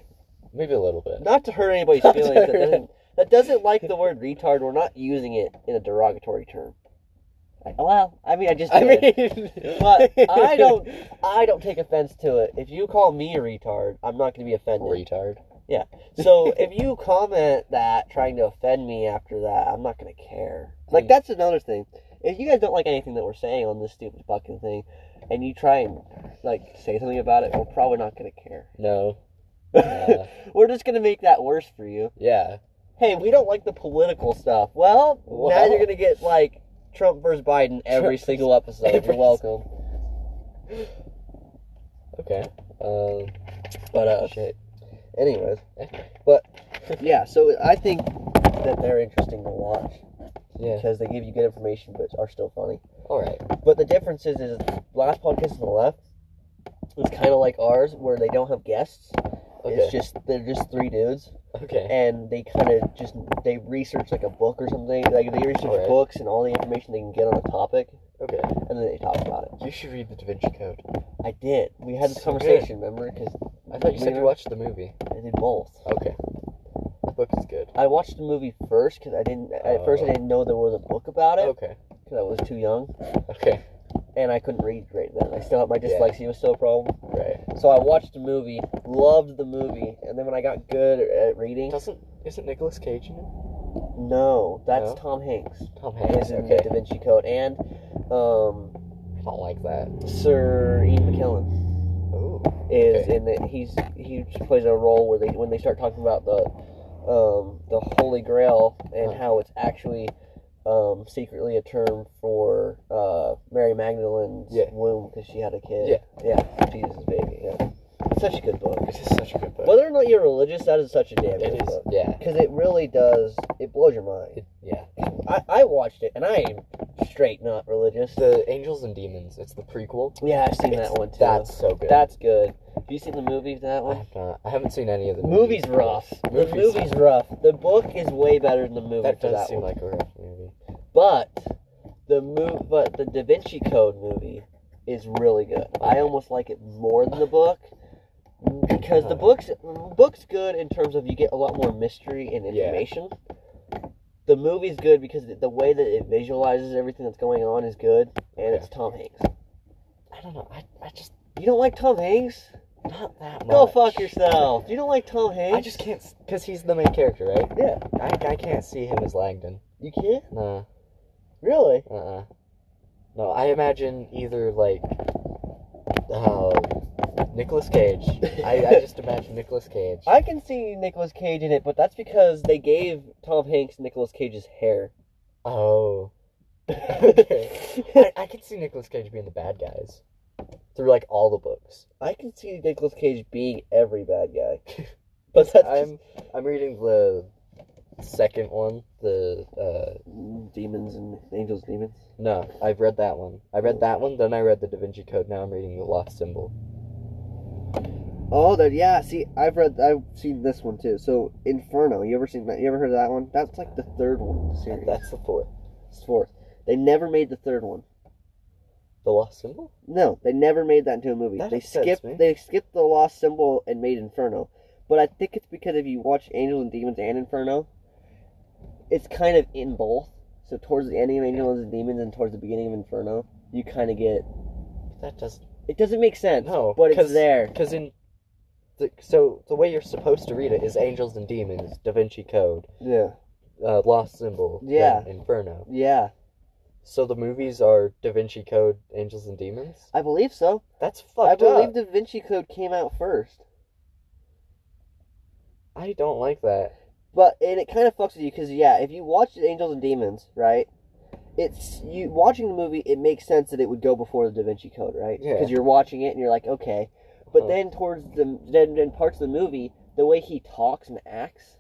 Speaker 2: Maybe a little bit.
Speaker 1: Not to hurt anybody's
Speaker 2: Not to
Speaker 1: feelings. That
Speaker 2: hurt
Speaker 1: doesn't, that doesn't like the word retard. We're not using it in a derogatory term. I- well, I mean, I just.
Speaker 2: I
Speaker 1: did.
Speaker 2: mean,
Speaker 1: But I
Speaker 2: *laughs*
Speaker 1: don't, I don't take offense to it. If you call me a retard, I'm not going to be offended.
Speaker 2: retard.
Speaker 1: *laughs* So if you comment that trying to offend me after that, I'm not gonna care. Like that's another thing. If you guys don't like anything that we're saying on this stupid fucking thing, and you try and like say something about it, we're probably not gonna care.
Speaker 2: No. Yeah.
Speaker 1: *laughs* we're just gonna make that worse for you.
Speaker 2: yeah.
Speaker 1: Hey, we don't like the political stuff. Well, now
Speaker 2: Well.
Speaker 1: you're gonna get like Trump versus Biden every
Speaker 2: Trump
Speaker 1: single episode.
Speaker 2: every
Speaker 1: You're welcome.
Speaker 2: Okay. Um.
Speaker 1: But uh,
Speaker 2: Shit.
Speaker 1: anyways, but yeah. So I think that they're interesting to watch.
Speaker 2: Yeah.
Speaker 1: because they give you good information but are still funny.
Speaker 2: All right.
Speaker 1: But the difference is, is last podcast on the left is kind of like ours where they don't have guests.
Speaker 2: Okay.
Speaker 1: It's just they're just three dudes
Speaker 2: okay.
Speaker 1: and they kind of just they research like a book or something. Like they research
Speaker 2: Alright.
Speaker 1: books and all the information they can get on a topic
Speaker 2: Okay.
Speaker 1: and then they talk about it.
Speaker 2: You should read the Da Vinci Code.
Speaker 1: I did. We had this
Speaker 2: So good.
Speaker 1: conversation, remember? 'Cause
Speaker 2: I thought you said you watched the movie.
Speaker 1: I did both.
Speaker 2: Okay. The book is good.
Speaker 1: I watched the movie first because I didn't. At first, I
Speaker 2: Oh.
Speaker 1: didn't know there was a book about it
Speaker 2: Okay.
Speaker 1: because I was too young
Speaker 2: Okay.
Speaker 1: and I couldn't read right then. I still my
Speaker 2: Yeah.
Speaker 1: dyslexia was still a problem.
Speaker 2: Right.
Speaker 1: So I watched the movie, loved the movie, and then when I got good at reading,
Speaker 2: Doesn't isn't Nicolas Cage in it?
Speaker 1: no, that's
Speaker 2: No?
Speaker 1: Tom Hanks.
Speaker 2: Tom
Speaker 1: Is
Speaker 2: Hanks.
Speaker 1: in
Speaker 2: Okay.
Speaker 1: the Da Vinci Code and um,
Speaker 2: I don't like that.
Speaker 1: Sir Ian McKellen
Speaker 2: Ooh.
Speaker 1: is
Speaker 2: Okay.
Speaker 1: in it. He's he plays a role where they when they start talking about the um, the Holy Grail and
Speaker 2: Huh.
Speaker 1: how it's actually um, secretly a term for uh, Mary Magdalene's
Speaker 2: Yeah.
Speaker 1: womb because she had a kid.
Speaker 2: Yeah.
Speaker 1: yeah, Jesus baby. Yeah, such a good book.
Speaker 2: This is such a good book.
Speaker 1: Whether or not you're religious, that is such a damn
Speaker 2: it
Speaker 1: good
Speaker 2: is.
Speaker 1: book.
Speaker 2: Yeah.
Speaker 1: Because it really does, it blows your mind.
Speaker 2: It, yeah.
Speaker 1: I, I watched it, and I am straight not religious.
Speaker 2: The Angels and Demons. It's the prequel.
Speaker 1: Yeah, I've seen
Speaker 2: It's-
Speaker 1: that one too.
Speaker 2: That's so good.
Speaker 1: That's good. Have you seen the movie for that
Speaker 2: I
Speaker 1: one?
Speaker 2: have not. I haven't seen any of the movies.
Speaker 1: Movie's rough.
Speaker 2: Movie's-
Speaker 1: the movie's rough. The book is way better than the movie
Speaker 2: That
Speaker 1: for
Speaker 2: does
Speaker 1: that
Speaker 2: seem
Speaker 1: one.
Speaker 2: like a rough movie.
Speaker 1: But the move, but the Da Vinci Code movie is really good. I almost like it more than the book because the
Speaker 2: Alright.
Speaker 1: books book's good in terms of you get a lot more mystery and
Speaker 2: Yeah.
Speaker 1: information. The movie's good because the way that it visualizes everything that's going on is good, and it's Tom Hanks.
Speaker 2: I don't know. I, I just
Speaker 1: You don't like Tom Hanks?
Speaker 2: not that
Speaker 1: Go
Speaker 2: much.
Speaker 1: fuck yourself. You don't like Tom Hanks?
Speaker 2: I just can't because he's the main character, right?
Speaker 1: yeah.
Speaker 2: I, I can't see him as Langdon.
Speaker 1: You can't
Speaker 2: Nah.
Speaker 1: really.
Speaker 2: Uh. uh No, I imagine either like uh, Nicolas Cage. I, I *laughs* just imagine Nicolas Cage.
Speaker 1: I can see Nicolas Cage in it, but that's because they gave Tom Hanks Nicolas Cage's *laughs* hair.
Speaker 2: Oh. Okay. I, I can see Nicolas Cage being the bad guys through like all the books.
Speaker 1: I can see Nicolas Cage being every bad guy. *laughs* But that's
Speaker 2: I'm I'm reading the second one. The uh
Speaker 1: just demons and angels, demons.
Speaker 2: no, I've read that one. I read that one. Then I read the Da Vinci Code. Now I'm reading the Lost Symbol.
Speaker 1: Oh, that yeah. See, I've read, I've seen this one too. So Inferno. You ever seen that? You ever heard of that one? That's like the third one in the series.
Speaker 2: That's the fourth.
Speaker 1: It's fourth. They never made the third one.
Speaker 2: The lost symbol?
Speaker 1: No, they never made that into a movie.
Speaker 2: That
Speaker 1: they
Speaker 2: upsets
Speaker 1: skipped
Speaker 2: me.
Speaker 1: they skipped the lost symbol and made Inferno. But I think it's because if you watch Angels and Demons and Inferno, it's kind of in both. So towards the ending of Angels and Demons and towards the beginning of Inferno, you kind of get
Speaker 2: That doesn't.
Speaker 1: it doesn't make sense,
Speaker 2: No,
Speaker 1: but it's
Speaker 2: 'cause-
Speaker 1: there.
Speaker 2: Because in. The, so the way you're supposed to read it is Angels and Demons, Da Vinci Code,
Speaker 1: Yeah.
Speaker 2: uh, Lost Symbol, then
Speaker 1: Yeah.
Speaker 2: Inferno.
Speaker 1: Yeah.
Speaker 2: So the movies are Da Vinci Code, Angels and Demons.
Speaker 1: I believe so.
Speaker 2: That's
Speaker 1: I
Speaker 2: fucked
Speaker 1: believe
Speaker 2: up.
Speaker 1: Da Vinci Code came out first.
Speaker 2: I don't like that.
Speaker 1: But and it kind of fucks with you because yeah, if you watch Angels and Demons, right? It's you watching the movie. It makes sense that it would go before the Da Vinci Code, right?
Speaker 2: Yeah.
Speaker 1: Because you're watching it and you're like, okay. But
Speaker 2: Huh.
Speaker 1: then towards the then then parts of the movie, the way he talks and acts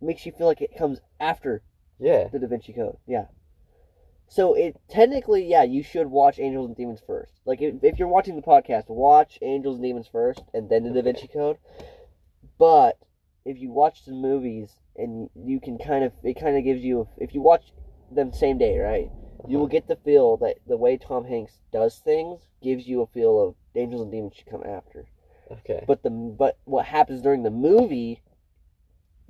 Speaker 1: makes you feel like it comes after
Speaker 2: Yeah.
Speaker 1: the Da Vinci Code. Yeah. So it technically, yeah, you should watch Angels and Demons first. Like if, if you're watching the podcast, watch Angels and Demons first, and then the Da Vinci Code. But if you watch the movies, and you can kind of, it kind of gives you, if you watch them same day, right? You will
Speaker 2: Uh-huh.
Speaker 1: get the feel that the way Tom Hanks does things gives you a feel of Angels and Demons should come after.
Speaker 2: Okay.
Speaker 1: But the but what happens during the movie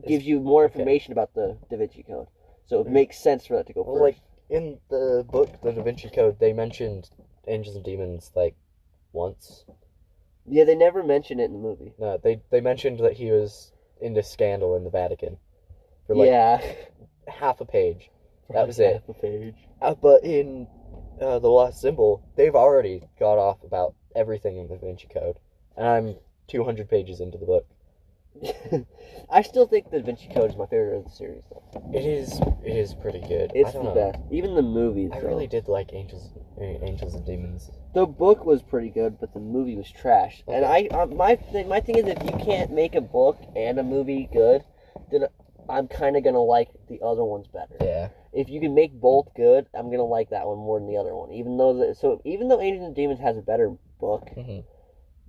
Speaker 1: gives you more
Speaker 2: okay.
Speaker 1: information about the Da Vinci Code. So it
Speaker 2: Right.
Speaker 1: makes sense for that to go
Speaker 2: Well,
Speaker 1: first.
Speaker 2: like in the book, The Da Vinci Code, they mentioned angels and demons like once.
Speaker 1: yeah, they never mention it in the movie.
Speaker 2: No, they they mentioned that he was into scandal in the Vatican for
Speaker 1: *laughs*
Speaker 2: like
Speaker 1: yeah,
Speaker 2: half a page. That was it.
Speaker 1: Half a page. *laughs*
Speaker 2: Uh, but in uh, the Lost Symbol, they've already got off about everything in the Da Vinci Code, and I'm 200 pages into the book.
Speaker 1: I still think the Da Vinci Code is my favorite of the series. Though.
Speaker 2: It is it is pretty good. I
Speaker 1: It's the
Speaker 2: don't know.
Speaker 1: best. Even the movies.
Speaker 2: I
Speaker 1: though.
Speaker 2: really did like angels, uh, angels and demons.
Speaker 1: The book was pretty good, but the movie was trash. And I, uh, my th- my thing is, if you can't make a book and a movie good, then I'm kind of gonna like the other ones better.
Speaker 2: Yeah,
Speaker 1: if you can make both good, I'm gonna like that one more than the other one. Even though the, so, even though Angels and Demons has a better book,
Speaker 2: Mhm.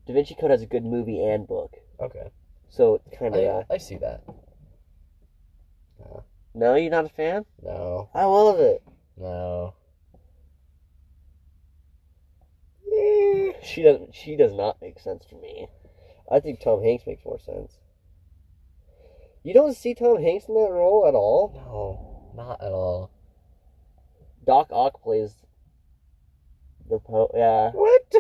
Speaker 1: Da Vinci Code has a good movie and book.
Speaker 2: okay,
Speaker 1: So it's kind of
Speaker 2: I,
Speaker 1: that.
Speaker 2: I see that.
Speaker 1: No, you're not a fan.
Speaker 2: No,
Speaker 1: I love it.
Speaker 2: No. Eh.
Speaker 1: She doesn't. She does not make sense to me. I think Tom Hanks makes more sense. You don't see Tom Hanks in that role at all.
Speaker 2: No, not at all.
Speaker 1: Doc Ock plays the po. Yeah,
Speaker 2: What?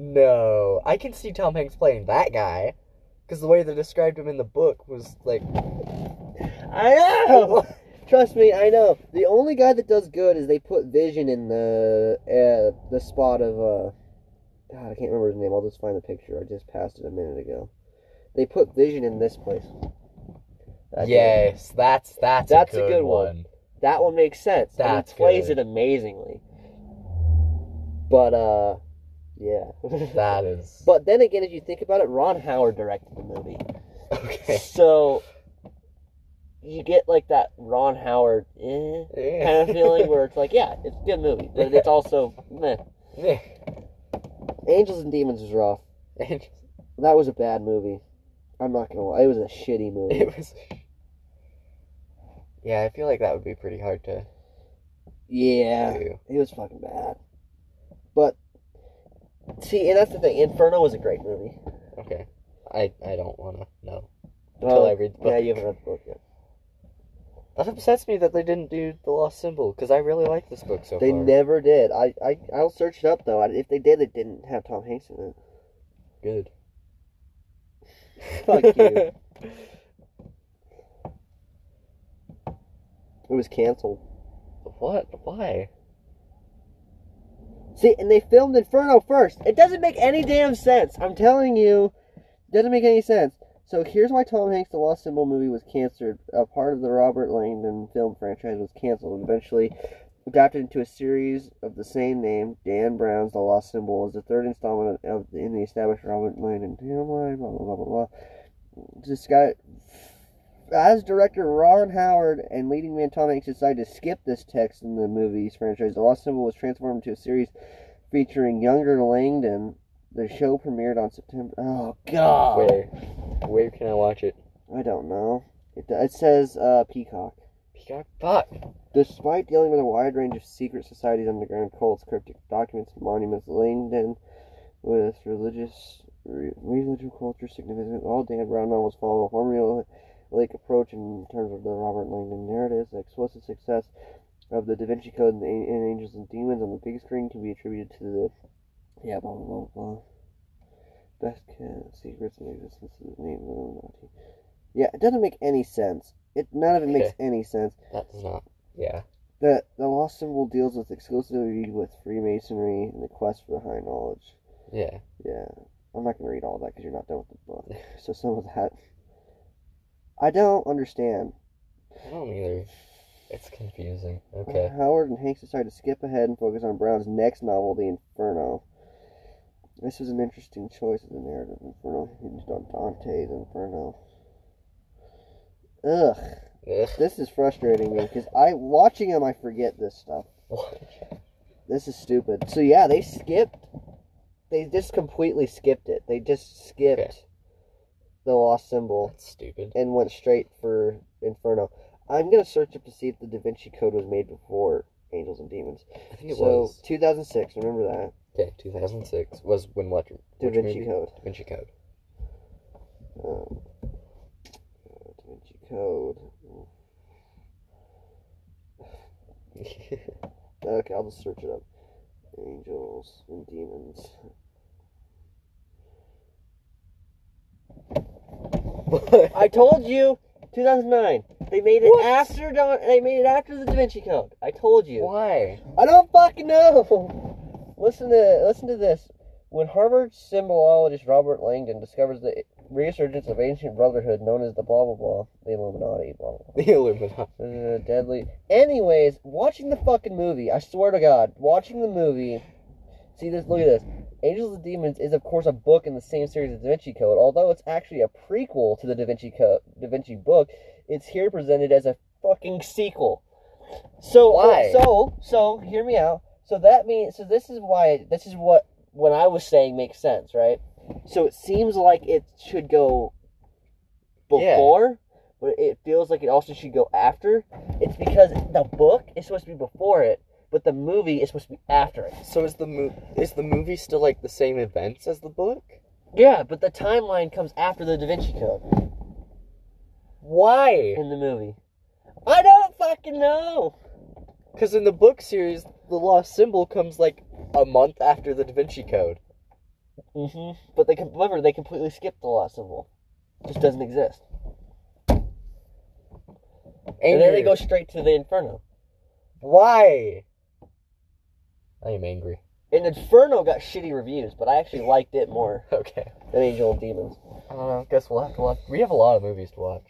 Speaker 2: No, I can see Tom Hanks playing that guy, because the way they described him in the book was like,
Speaker 1: I know. *laughs* Trust me, I know. The only guy that does good is they put Vision in the uh, the spot of uh, God, I can't remember his name. I'll just find the picture. I just passed it a minute ago. They put Vision in this place. That's it.
Speaker 2: yes, that's that's
Speaker 1: That's
Speaker 2: a good, one.
Speaker 1: that one makes sense. and
Speaker 2: That's
Speaker 1: he plays
Speaker 2: good.
Speaker 1: it amazingly. But uh, yeah.
Speaker 2: That is
Speaker 1: but then again, if you think about it, Ron Howard directed the movie.
Speaker 2: *laughs* okay.
Speaker 1: So you get like that Ron Howard eh, kind of feeling where it's like, yeah, it's a good movie, but it's also meh.
Speaker 2: *laughs* Yeah.
Speaker 1: Angels and Demons was rough.
Speaker 2: And
Speaker 1: That was a bad movie. I'm not gonna lie, it was a shitty movie.
Speaker 2: *laughs* it was. Yeah, I feel like that would be pretty hard to
Speaker 1: Yeah,
Speaker 2: do.
Speaker 1: it was fucking bad. But see, and that's the thing. Inferno was a great movie.
Speaker 2: Okay, I I don't wanna know. Until I read the
Speaker 1: Yeah,
Speaker 2: book.
Speaker 1: you haven't read the book yet.
Speaker 2: That upsets me that they didn't do the Lost Symbol because I really like this book so
Speaker 1: They
Speaker 2: far.
Speaker 1: never did. I, I I'll search it up though. I- If they did, they didn't have Tom Hanks in it.
Speaker 2: Good. *laughs*
Speaker 1: Fuck you. It was canceled.
Speaker 2: What? Why?
Speaker 1: See, and they filmed Inferno first. It doesn't make any damn sense. I'm telling you, doesn't make any sense. So here's why Tom Hanks' The Lost Symbol movie was canceled. A part of the Robert Langdon film franchise was canceled, and eventually adapted into a series of the same name. Dan Brown's The Lost Symbol is the third installment of in the established Robert Langdon timeline. Blah blah blah blah blah. This guy, as director Ron Howard and leading man Tom Hanks decided to skip this text in the movie's franchise, The Lost Symbol was transformed into a series featuring younger Langdon. The show premiered on September. Oh God,
Speaker 2: Where? Where can I watch it?
Speaker 1: I don't know. It, it says uh, Peacock.
Speaker 2: God, fuck.
Speaker 3: Despite dealing with a wide range of secret societies, underground cults, cryptic documents, and monuments, Langdon, with its religious, re- religious culture significant, all Dan Brown novels follow a formula lake approach in terms of the Robert Langdon narratives. The explicit success of the Da Vinci Code and, the, An- and Angels and Demons on the big screen can be attributed to the yeah blah blah blah. blah. Best kept secrets in existence is the name of the Illuminati. Yeah, it doesn't make any sense. It none of it makes any sense.
Speaker 2: That does not. Yeah.
Speaker 3: The the lost symbol deals with exclusively with Freemasonry and the quest for the high knowledge.
Speaker 2: Yeah.
Speaker 3: Yeah, I'm not gonna read all that because you're not done with the book. So some of that, I don't understand.
Speaker 2: I don't either. It's confusing. Okay.
Speaker 3: Howard and Hanks decide to skip ahead and focus on Brown's next novel, The Inferno. This was an interesting choice of the narrative. Inferno hinged on Dante's Inferno. Ugh,
Speaker 2: Ugh.
Speaker 3: this is frustrating me because I watching him, I forget this
Speaker 2: *laughs*
Speaker 3: stuff. This is stupid. So yeah, they skipped. They just completely skipped it. They just skipped
Speaker 2: Okay.
Speaker 3: the lost symbol
Speaker 2: That's stupid.
Speaker 3: and went straight for Inferno. I'm gonna search up to see if the Da Vinci Code was made before Angels and Demons.
Speaker 2: I think it
Speaker 3: so
Speaker 2: was.
Speaker 3: 2006. Remember that
Speaker 2: Okay, 2006 was when what?
Speaker 3: Da
Speaker 2: which
Speaker 3: Vinci
Speaker 2: movie?
Speaker 3: Code.
Speaker 2: Da Vinci Code.
Speaker 3: Um, uh, da Vinci Code. Okay, I'll just search it up. Angels and demons.
Speaker 1: *laughs* I told you, 2009. They made it
Speaker 2: What?
Speaker 1: after Don. They made it after the Da Vinci Code. I told you.
Speaker 2: Why?
Speaker 1: I don't fucking know. *laughs* Listen to listen to this. When Harvard symbolologist Robert Langdon discovers the resurgence of ancient brotherhood known as the blah blah blah, the Illuminati, blah blah. blah.
Speaker 2: The Illuminati.
Speaker 1: Uh, deadly. Anyways, watching the fucking movie, I swear to God, watching the movie. See this? Look at this. Angels and Demons is of course a book in the same series as Da Vinci Code, although it's actually a prequel to the Da Vinci Code, Da Vinci book. It's here presented as a fucking sequel. So
Speaker 2: Why?
Speaker 1: So so hear me out. So that means so this is why this is what when I was saying makes sense, right? So it seems like it should go
Speaker 2: Yeah.
Speaker 1: before, but it feels like it also should go after. It's because the book is supposed to be before it, but the movie is supposed to be after it.
Speaker 2: So is the mo- is the movie still like the same events as the book?
Speaker 1: Yeah, but the timeline comes after the Da Vinci Code
Speaker 2: Why?
Speaker 1: in the movie. I don't fucking know.
Speaker 2: Because in the book series, the lost symbol comes like a month after the Da Vinci Code.
Speaker 1: hmm But they com- remember they completely skipped the lost symbol. Just doesn't exist. And then they go straight to the Inferno.
Speaker 2: Why? I am angry. *laughs*
Speaker 1: And Inferno got shitty reviews, but I actually liked it more
Speaker 2: Okay.
Speaker 1: than Angel and Demons.
Speaker 2: I don't know. Guess we'll have to watch. We have a lot of movies to watch.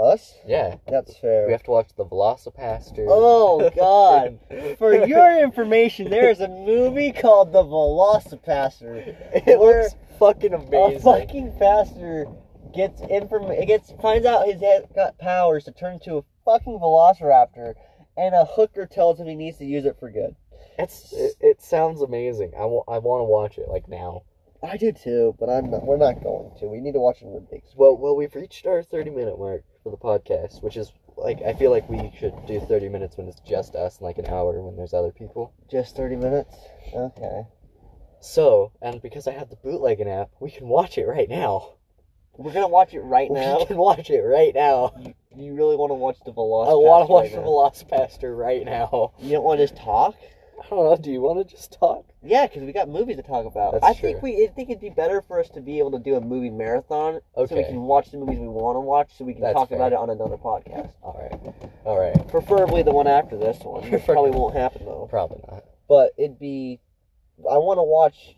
Speaker 1: Us?
Speaker 2: Yeah.
Speaker 1: That's fair.
Speaker 2: We have to watch The Velocipaster.
Speaker 1: *laughs* Oh God!
Speaker 2: *laughs*
Speaker 1: For your information, there is a movie called The Velocipaster.
Speaker 2: it looks fucking
Speaker 1: A
Speaker 2: amazing.
Speaker 1: fucking pastor gets inform gets finds out his head got powers to turn into a fucking velociraptor, and a hooker tells him he needs to use it for good.
Speaker 2: It's it, it sounds amazing. I wa- I want to watch it like now.
Speaker 1: I do too, but I'm not. We're not going to. We need to watch it in the big screen.
Speaker 2: Well, well, we've reached our thirty minute mark for the podcast, which is like I feel like we should do thirty minutes when it's just us, and like an hour when there's other people.
Speaker 1: Just thirty minutes. Okay.
Speaker 2: So, and because I have the bootlegging app, we can watch it right now.
Speaker 1: We're gonna watch it right
Speaker 2: We
Speaker 1: now.
Speaker 2: can watch it right now.
Speaker 1: you really want to watch The Velocipaster?
Speaker 2: I want to watch
Speaker 1: right
Speaker 2: the
Speaker 1: now.
Speaker 2: Velocipaster right now. *laughs*
Speaker 1: You don't want to just talk.
Speaker 2: I don't know. Do you want to just talk?
Speaker 1: Yeah, because we got movies to talk about.
Speaker 2: That's
Speaker 1: I
Speaker 2: true.
Speaker 1: think we. I think it'd be better for us to be able to do a movie marathon, so we
Speaker 2: Okay.
Speaker 1: can watch the movies we want to watch, so we can
Speaker 2: That's
Speaker 1: talk
Speaker 2: fair.
Speaker 1: about it on another podcast.
Speaker 2: All right. All right.
Speaker 1: Preferably the one after this *laughs* one. It probably won't happen though.
Speaker 2: Probably not.
Speaker 1: But it'd be. I want to watch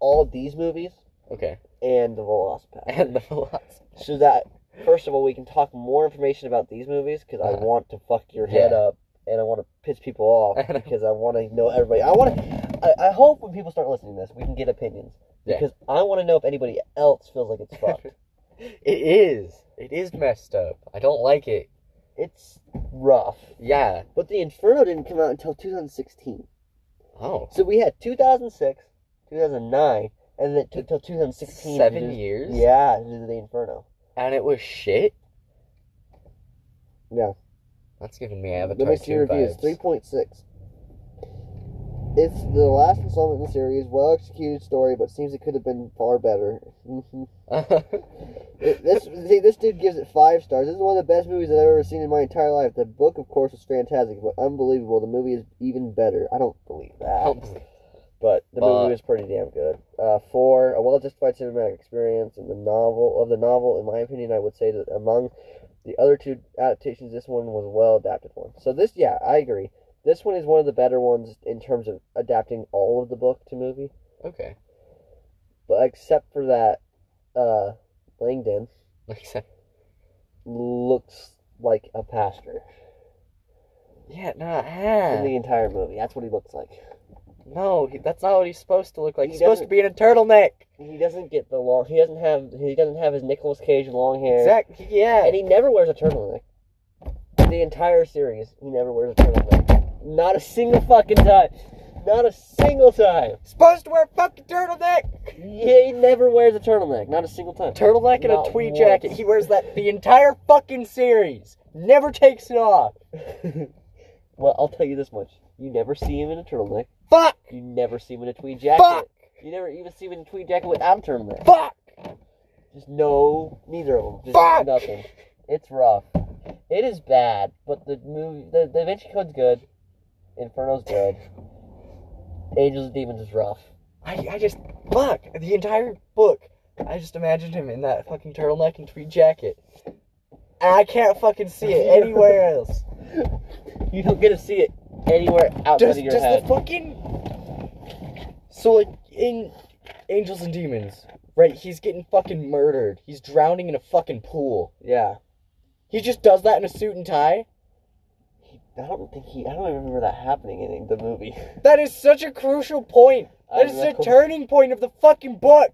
Speaker 1: all of these movies
Speaker 2: Okay. *laughs*
Speaker 1: and the Velocipaster, *laughs*
Speaker 2: And the Velocipaster.
Speaker 1: so that first of all we can talk more information about these movies because I
Speaker 2: Uh-huh.
Speaker 1: want to fuck your head
Speaker 2: Yeah.
Speaker 1: up and I want to piss people *laughs* off
Speaker 2: I know.
Speaker 1: because I want to know everybody. I want to. I, I hope when people start listening to this, we can get opinions.
Speaker 2: Yeah.
Speaker 1: because I want to know if anybody else feels like it's
Speaker 2: *laughs*
Speaker 1: fucked.
Speaker 2: It is. It is messed up. I don't like it.
Speaker 1: it's rough.
Speaker 2: Yeah.
Speaker 3: But the Inferno didn't come out until 2016.
Speaker 2: Oh.
Speaker 1: So we had 2006, 2009, and then it took till 2016. to
Speaker 2: Seven
Speaker 1: do-
Speaker 2: years?
Speaker 1: Yeah, to do the Inferno.
Speaker 2: And it was shit?
Speaker 3: Yeah.
Speaker 2: That's giving me
Speaker 1: the
Speaker 2: Avatar
Speaker 1: next
Speaker 2: 2
Speaker 1: review is
Speaker 2: vibes.
Speaker 1: 3.6. It's the last installment in the series, well executed story, but seems it could have been far better. Mm-hmm.
Speaker 2: *laughs*
Speaker 1: It- this see, this dude gives it five stars. This is one of the best movies I've ever seen in my entire life. The book, of course, was fantastic, but unbelievable. The movie is even better. I don't believe that,
Speaker 2: I don't believe-
Speaker 1: but the
Speaker 2: Oh, But-
Speaker 1: movie was pretty damn good. Uh, four, a well-justified cinematic experience in the novel. Of the novel, in my opinion, I would say that among the other two adaptations, this one was a well-adapted one. So this, yeah, I agree. This one is one of the better ones in terms of adapting all of the book to movie.
Speaker 2: okay.
Speaker 1: But except for that, uh, Langdon.
Speaker 2: Except,
Speaker 1: looks like a pastor
Speaker 2: yeah, not
Speaker 1: in the
Speaker 2: nah, ah.
Speaker 1: entire movie. That's what he looks like.
Speaker 2: No, he, that's not what he's supposed to look like.
Speaker 1: He
Speaker 2: He's supposed to be in a turtleneck.
Speaker 1: He doesn't get the long. He doesn't have. He doesn't have his Nicolas Cage long hair.
Speaker 2: Exactly. Yeah.
Speaker 1: And he never wears a turtleneck. The entire series, he never wears a turtleneck. Not a single fucking time. Not a single time.
Speaker 2: supposed to wear a fucking turtleneck.
Speaker 1: Yeah, he never wears a turtleneck. Not a single time.
Speaker 2: Turtleneck and
Speaker 1: Not
Speaker 2: a tweed
Speaker 1: once.
Speaker 2: jacket. He wears that the entire fucking series. Never takes it off.
Speaker 1: *laughs* well, I'll tell you this much: you never see him in a turtleneck.
Speaker 2: Fuck.
Speaker 1: You never see him in a tweed jacket.
Speaker 2: Fuck.
Speaker 1: You never even see him in a tweed jacket without a turtleneck.
Speaker 2: Fuck.
Speaker 1: Just no, neither of them. Just
Speaker 2: Fuck!
Speaker 1: nothing. It's rough. It is bad, but the movie, the, the Vinci Code's good. Inferno's good. Angels and Demons is rough.
Speaker 2: I, I just fuck the entire book. I just imagined him in that fucking turtleneck and tweed jacket. And I can't fucking
Speaker 1: *laughs*
Speaker 2: see it anywhere else.
Speaker 1: You don't get to see it anywhere outside
Speaker 2: Does,
Speaker 1: of your
Speaker 2: does the
Speaker 1: head.
Speaker 2: fucking so like in Angels and Demons, right? He's getting fucking murdered. He's drowning in a fucking pool.
Speaker 1: yeah.
Speaker 2: He just does that in a suit and tie.
Speaker 1: I don't think he. I don't even remember that happening in the movie. *laughs*
Speaker 2: That is such a crucial point. That
Speaker 1: I
Speaker 2: is the
Speaker 1: reckon-
Speaker 2: turning point of the fucking book.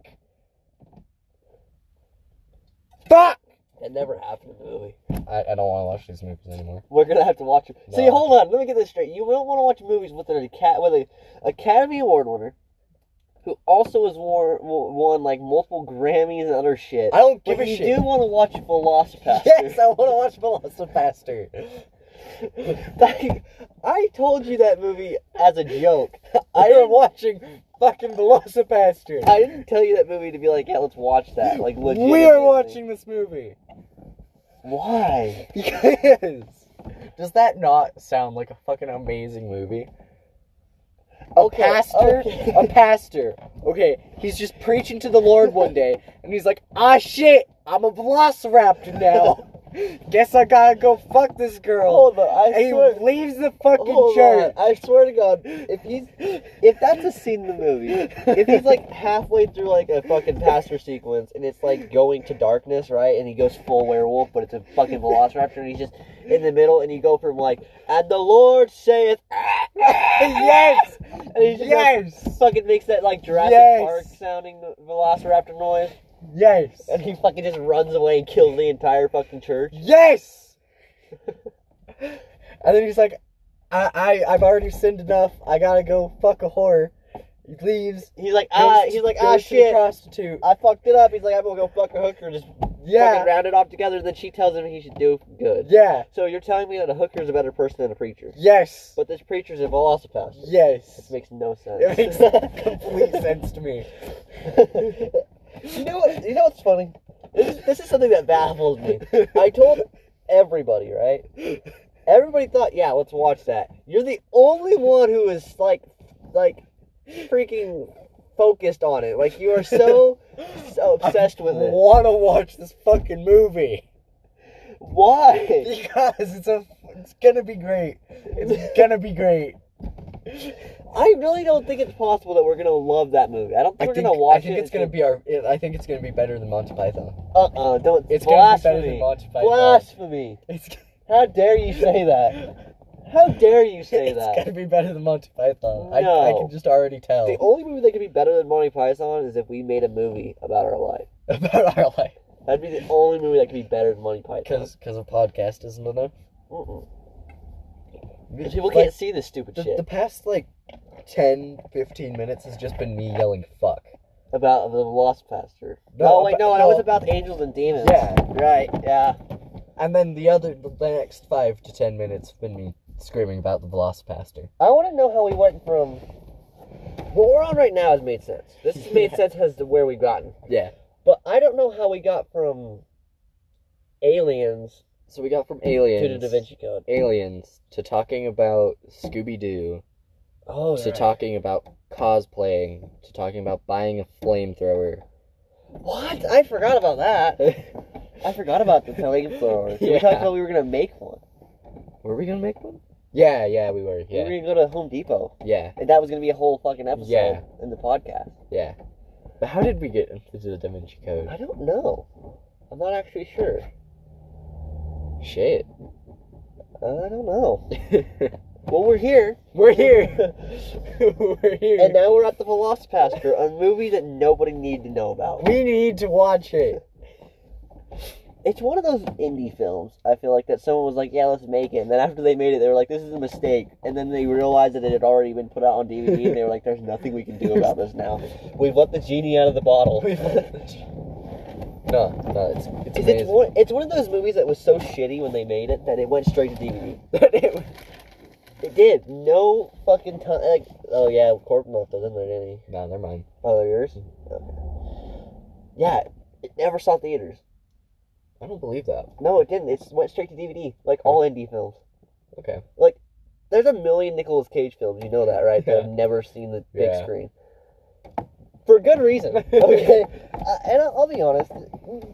Speaker 2: Fuck.
Speaker 1: It never happened in the movie.
Speaker 2: I, I don't want to watch these movies anymore.
Speaker 1: We're gonna have to watch it. See,
Speaker 2: No.
Speaker 1: hold on. Let me get this straight. You don't want to watch movies with an cat with a Academy Award winner, who also has war, won like multiple Grammys and other shit.
Speaker 2: I don't
Speaker 1: But
Speaker 2: give a
Speaker 1: you
Speaker 2: shit.
Speaker 1: do want to watch Velocipaster.
Speaker 2: *laughs* Yes, I want to watch *laughs* Velocipaster.
Speaker 1: That- I told you that movie as a joke. I
Speaker 2: I am
Speaker 1: didn't,
Speaker 2: watching fucking Velocipaster.
Speaker 1: I didn't tell you that movie to be like, yeah, let's watch that. Like,
Speaker 2: we are
Speaker 1: legitimately.
Speaker 2: watching this movie.
Speaker 1: Why?
Speaker 2: *laughs* Yes. Does that not sound like a fucking amazing movie? A
Speaker 1: Okay, *laughs*
Speaker 2: pastor,
Speaker 1: okay.
Speaker 2: a pastor. Okay, he's just preaching to the Lord one day, and he's like, "Ah, shit, I'm a velociraptor
Speaker 1: *laughs*
Speaker 2: now. Guess I gotta go fuck this girl."
Speaker 1: Hold on. I
Speaker 2: and he
Speaker 1: swear.
Speaker 2: leaves the fucking
Speaker 1: Hold
Speaker 2: church.
Speaker 1: on. I swear to God, if he's if that's a scene in the movie, if he's like halfway through like a fucking pastor sequence and it's like going to darkness, right? And he goes full werewolf, but it's a fucking velociraptor, and he's just in the middle, and you go from like, and the Lord saith, *laughs* "Ah, ah,"
Speaker 2: yes,
Speaker 1: and he just
Speaker 2: yes,
Speaker 1: fucking makes that like Jurassic
Speaker 2: Yes.
Speaker 1: Park sounding velociraptor noise,
Speaker 2: yes,
Speaker 1: and he fucking just runs away and kills the entire fucking church.
Speaker 2: yes. *laughs* and then he's like, I, "I, I've already sinned enough. I gotta go fuck a whore." He leaves.
Speaker 1: He's like, ah,
Speaker 2: goes-
Speaker 1: he's like,
Speaker 2: goes
Speaker 1: ah,
Speaker 2: to the
Speaker 1: shit.
Speaker 2: prostitute.
Speaker 1: I fucked it up. He's like, I'm gonna go fuck a hooker and just fucking
Speaker 2: Yeah,
Speaker 1: round it off together. Then she tells him he should do good.
Speaker 2: yeah,
Speaker 1: So you're telling me that a hooker is a better person than a preacher,
Speaker 2: yes,
Speaker 1: but this preacher's a velocipastor. This
Speaker 2: yes. *laughs*
Speaker 1: makes no sense.
Speaker 2: It makes complete sense to me.
Speaker 1: you know what? You know what's
Speaker 2: *laughs*
Speaker 1: funny? *laughs* This is, this is something that baffles me. I told everybody, right? Everybody thought, yeah, let's watch that. You're the only one who is like, like, freaking focused on it. Like you are so, so obsessed with it.
Speaker 2: Want to watch this fucking movie
Speaker 1: Why?
Speaker 2: because it's a, it's gonna be great. It's gonna
Speaker 1: *laughs*
Speaker 2: be great.
Speaker 1: I really don't think it's possible that we're gonna love that movie. I don't think
Speaker 2: I
Speaker 1: we're
Speaker 2: think,
Speaker 1: gonna watch
Speaker 2: I think
Speaker 1: it.
Speaker 2: it's gonna be our. I think it's gonna be better than Monty Python.
Speaker 1: Uh uh-uh, uh, do not
Speaker 2: It's gonna be better than
Speaker 1: blasphemy.
Speaker 2: Monty Python.
Speaker 1: blasphemy!
Speaker 2: It's,
Speaker 1: How dare you say that? How dare you say
Speaker 2: it's
Speaker 1: that?
Speaker 2: gonna be better than Monty Python. I, I
Speaker 1: No.
Speaker 2: can just already tell *laughs*
Speaker 1: The only movie that could be better than Monty Python is if we made a movie about our life.
Speaker 2: about our life
Speaker 1: That'd be the only movie that could be better than Monty Python.
Speaker 2: because because a podcast isn't enough.
Speaker 1: Mm-mm.
Speaker 2: Like,
Speaker 1: People can't see this stupid
Speaker 2: the,
Speaker 1: shit
Speaker 2: the past like 10, 15 minutes has just been me yelling fuck.
Speaker 1: about the Lost Pastor.
Speaker 2: No,
Speaker 1: oh wait,
Speaker 2: but-
Speaker 1: no, that
Speaker 2: no.
Speaker 1: was about angels and demons.
Speaker 2: Yeah.
Speaker 1: Right. Yeah.
Speaker 2: And then the other, the next five to ten minutes have been me screaming about the Velocipaster.
Speaker 1: I want to know how we went from what we're on right now has made sense. This has *laughs* made sense as to where we've gotten.
Speaker 2: Yeah.
Speaker 1: But I don't know how we got from aliens
Speaker 2: So we got from aliens
Speaker 1: to the Da Vinci Code.
Speaker 2: aliens to talking about Scooby Doo
Speaker 1: Oh,
Speaker 2: to talking about cosplaying to talking about buying a flamethrower.
Speaker 1: What? I forgot about *laughs* that. I forgot about the flamethrower. We *laughs*
Speaker 2: Yeah.
Speaker 1: talked about we were gonna make one.
Speaker 2: were we gonna make one? Yeah, yeah, we were.
Speaker 1: We
Speaker 2: Yeah,
Speaker 1: were gonna go to Home Depot,
Speaker 2: yeah,
Speaker 1: and that was gonna be a whole fucking episode
Speaker 2: Yeah.
Speaker 1: in the podcast.
Speaker 2: yeah. But how did we get into the Da Vinci
Speaker 1: I
Speaker 2: Code?
Speaker 1: don't know. I'm not actually sure.
Speaker 2: Shit. *laughs*
Speaker 1: I don't know. Well, we're here,
Speaker 2: we're here. *laughs* we're here.
Speaker 1: and now we're at the Velocipaster, a movie that nobody needed to know about.
Speaker 2: we need to watch *laughs* it.
Speaker 1: It's one of those indie films. I feel like that someone was like, "Yeah, let's make it," and then after they made it, they were like, "This is a mistake," and then they realized that it had already been put out on DVD, and they were like, "There's nothing we can do about this now. We've let the genie out of the bottle."
Speaker 2: no, no, it's it's
Speaker 1: It's,
Speaker 2: amazing.
Speaker 1: it's one. It's one of those movies that was so shitty when they made it that it went straight to DVD. *laughs* It did. No fucking time. Like, oh yeah, Corp Malt doesn't there, did he?
Speaker 2: no, never mind.
Speaker 1: Oh, they're yours. Okay. Yeah, it never saw theaters.
Speaker 2: I don't believe that.
Speaker 1: No, it didn't. It went straight to DVD, like all indie films.
Speaker 2: Okay.
Speaker 1: There's a million Nicolas Cage films, you know that, right? That
Speaker 2: Yeah.
Speaker 1: have never seen the big
Speaker 2: Yeah.
Speaker 1: screen. For good
Speaker 2: *laughs*
Speaker 1: reason. Okay. uh, and I'll, I'll be honest.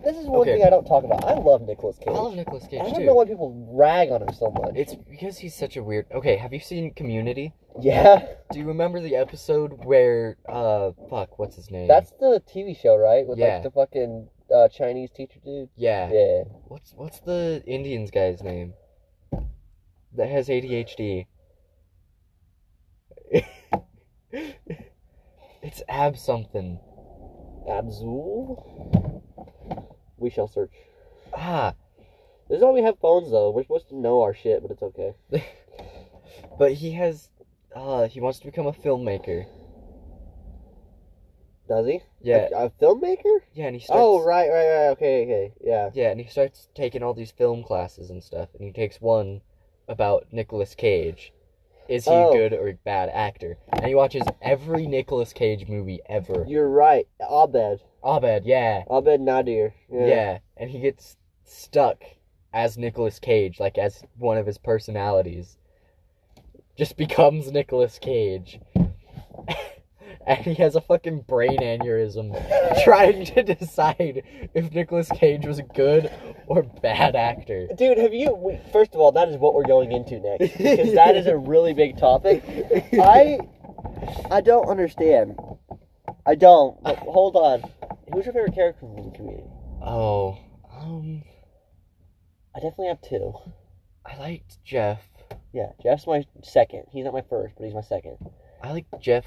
Speaker 1: This is one
Speaker 2: Okay.
Speaker 1: thing I don't talk about. I love Nicolas Cage.
Speaker 2: I love Nicolas Cage
Speaker 1: I don't
Speaker 2: too.
Speaker 1: know why people rag on him so much.
Speaker 2: It's because he's such a weird. Okay, have you seen Community?
Speaker 1: *laughs* yeah,
Speaker 2: Do you remember the episode where uh fuck, what's his name?
Speaker 1: that's the TV show, right? With
Speaker 2: Yeah.
Speaker 1: like the fucking uh, Chinese teacher dude.
Speaker 2: yeah.
Speaker 1: Yeah.
Speaker 2: What's what's the Indians guy's name? That has ADHD. *laughs* it's Ab something.
Speaker 1: Abzul. We shall search.
Speaker 2: Ah,
Speaker 1: This is why we have phones, though. We're supposed to know our shit, but it's okay.
Speaker 2: but he has uh he wants to become a filmmaker.
Speaker 1: Does he?
Speaker 2: Yeah.
Speaker 1: A, a filmmaker?
Speaker 2: Yeah, and he starts
Speaker 1: Oh, right, right, right. Okay, okay. Yeah.
Speaker 2: Yeah, and he starts taking all these film classes and stuff, and he takes one about Nicolas Cage. Is he
Speaker 1: Oh.
Speaker 2: a good or a bad actor? And he watches every Nicolas Cage movie ever.
Speaker 1: You're right. Abed.
Speaker 2: Abed, yeah,
Speaker 1: Abed Nadir.
Speaker 2: yeah. And he gets stuck as Nicolas Cage, like as one of his personalities. Just becomes Nicolas Cage. *laughs* and he has a fucking brain aneurysm *laughs* trying to decide if Nicolas Cage was a good or bad actor.
Speaker 1: Dude, have you. we- First of all, that is what we're going into next. Because that is a really big topic. I. I don't understand. I don't. But hold on. Who's your favorite character from the community?
Speaker 2: Oh, um,
Speaker 1: I definitely have two.
Speaker 2: I liked Jeff.
Speaker 1: Yeah, Jeff's my second. He's not my first, but he's my second.
Speaker 2: I liked Jeff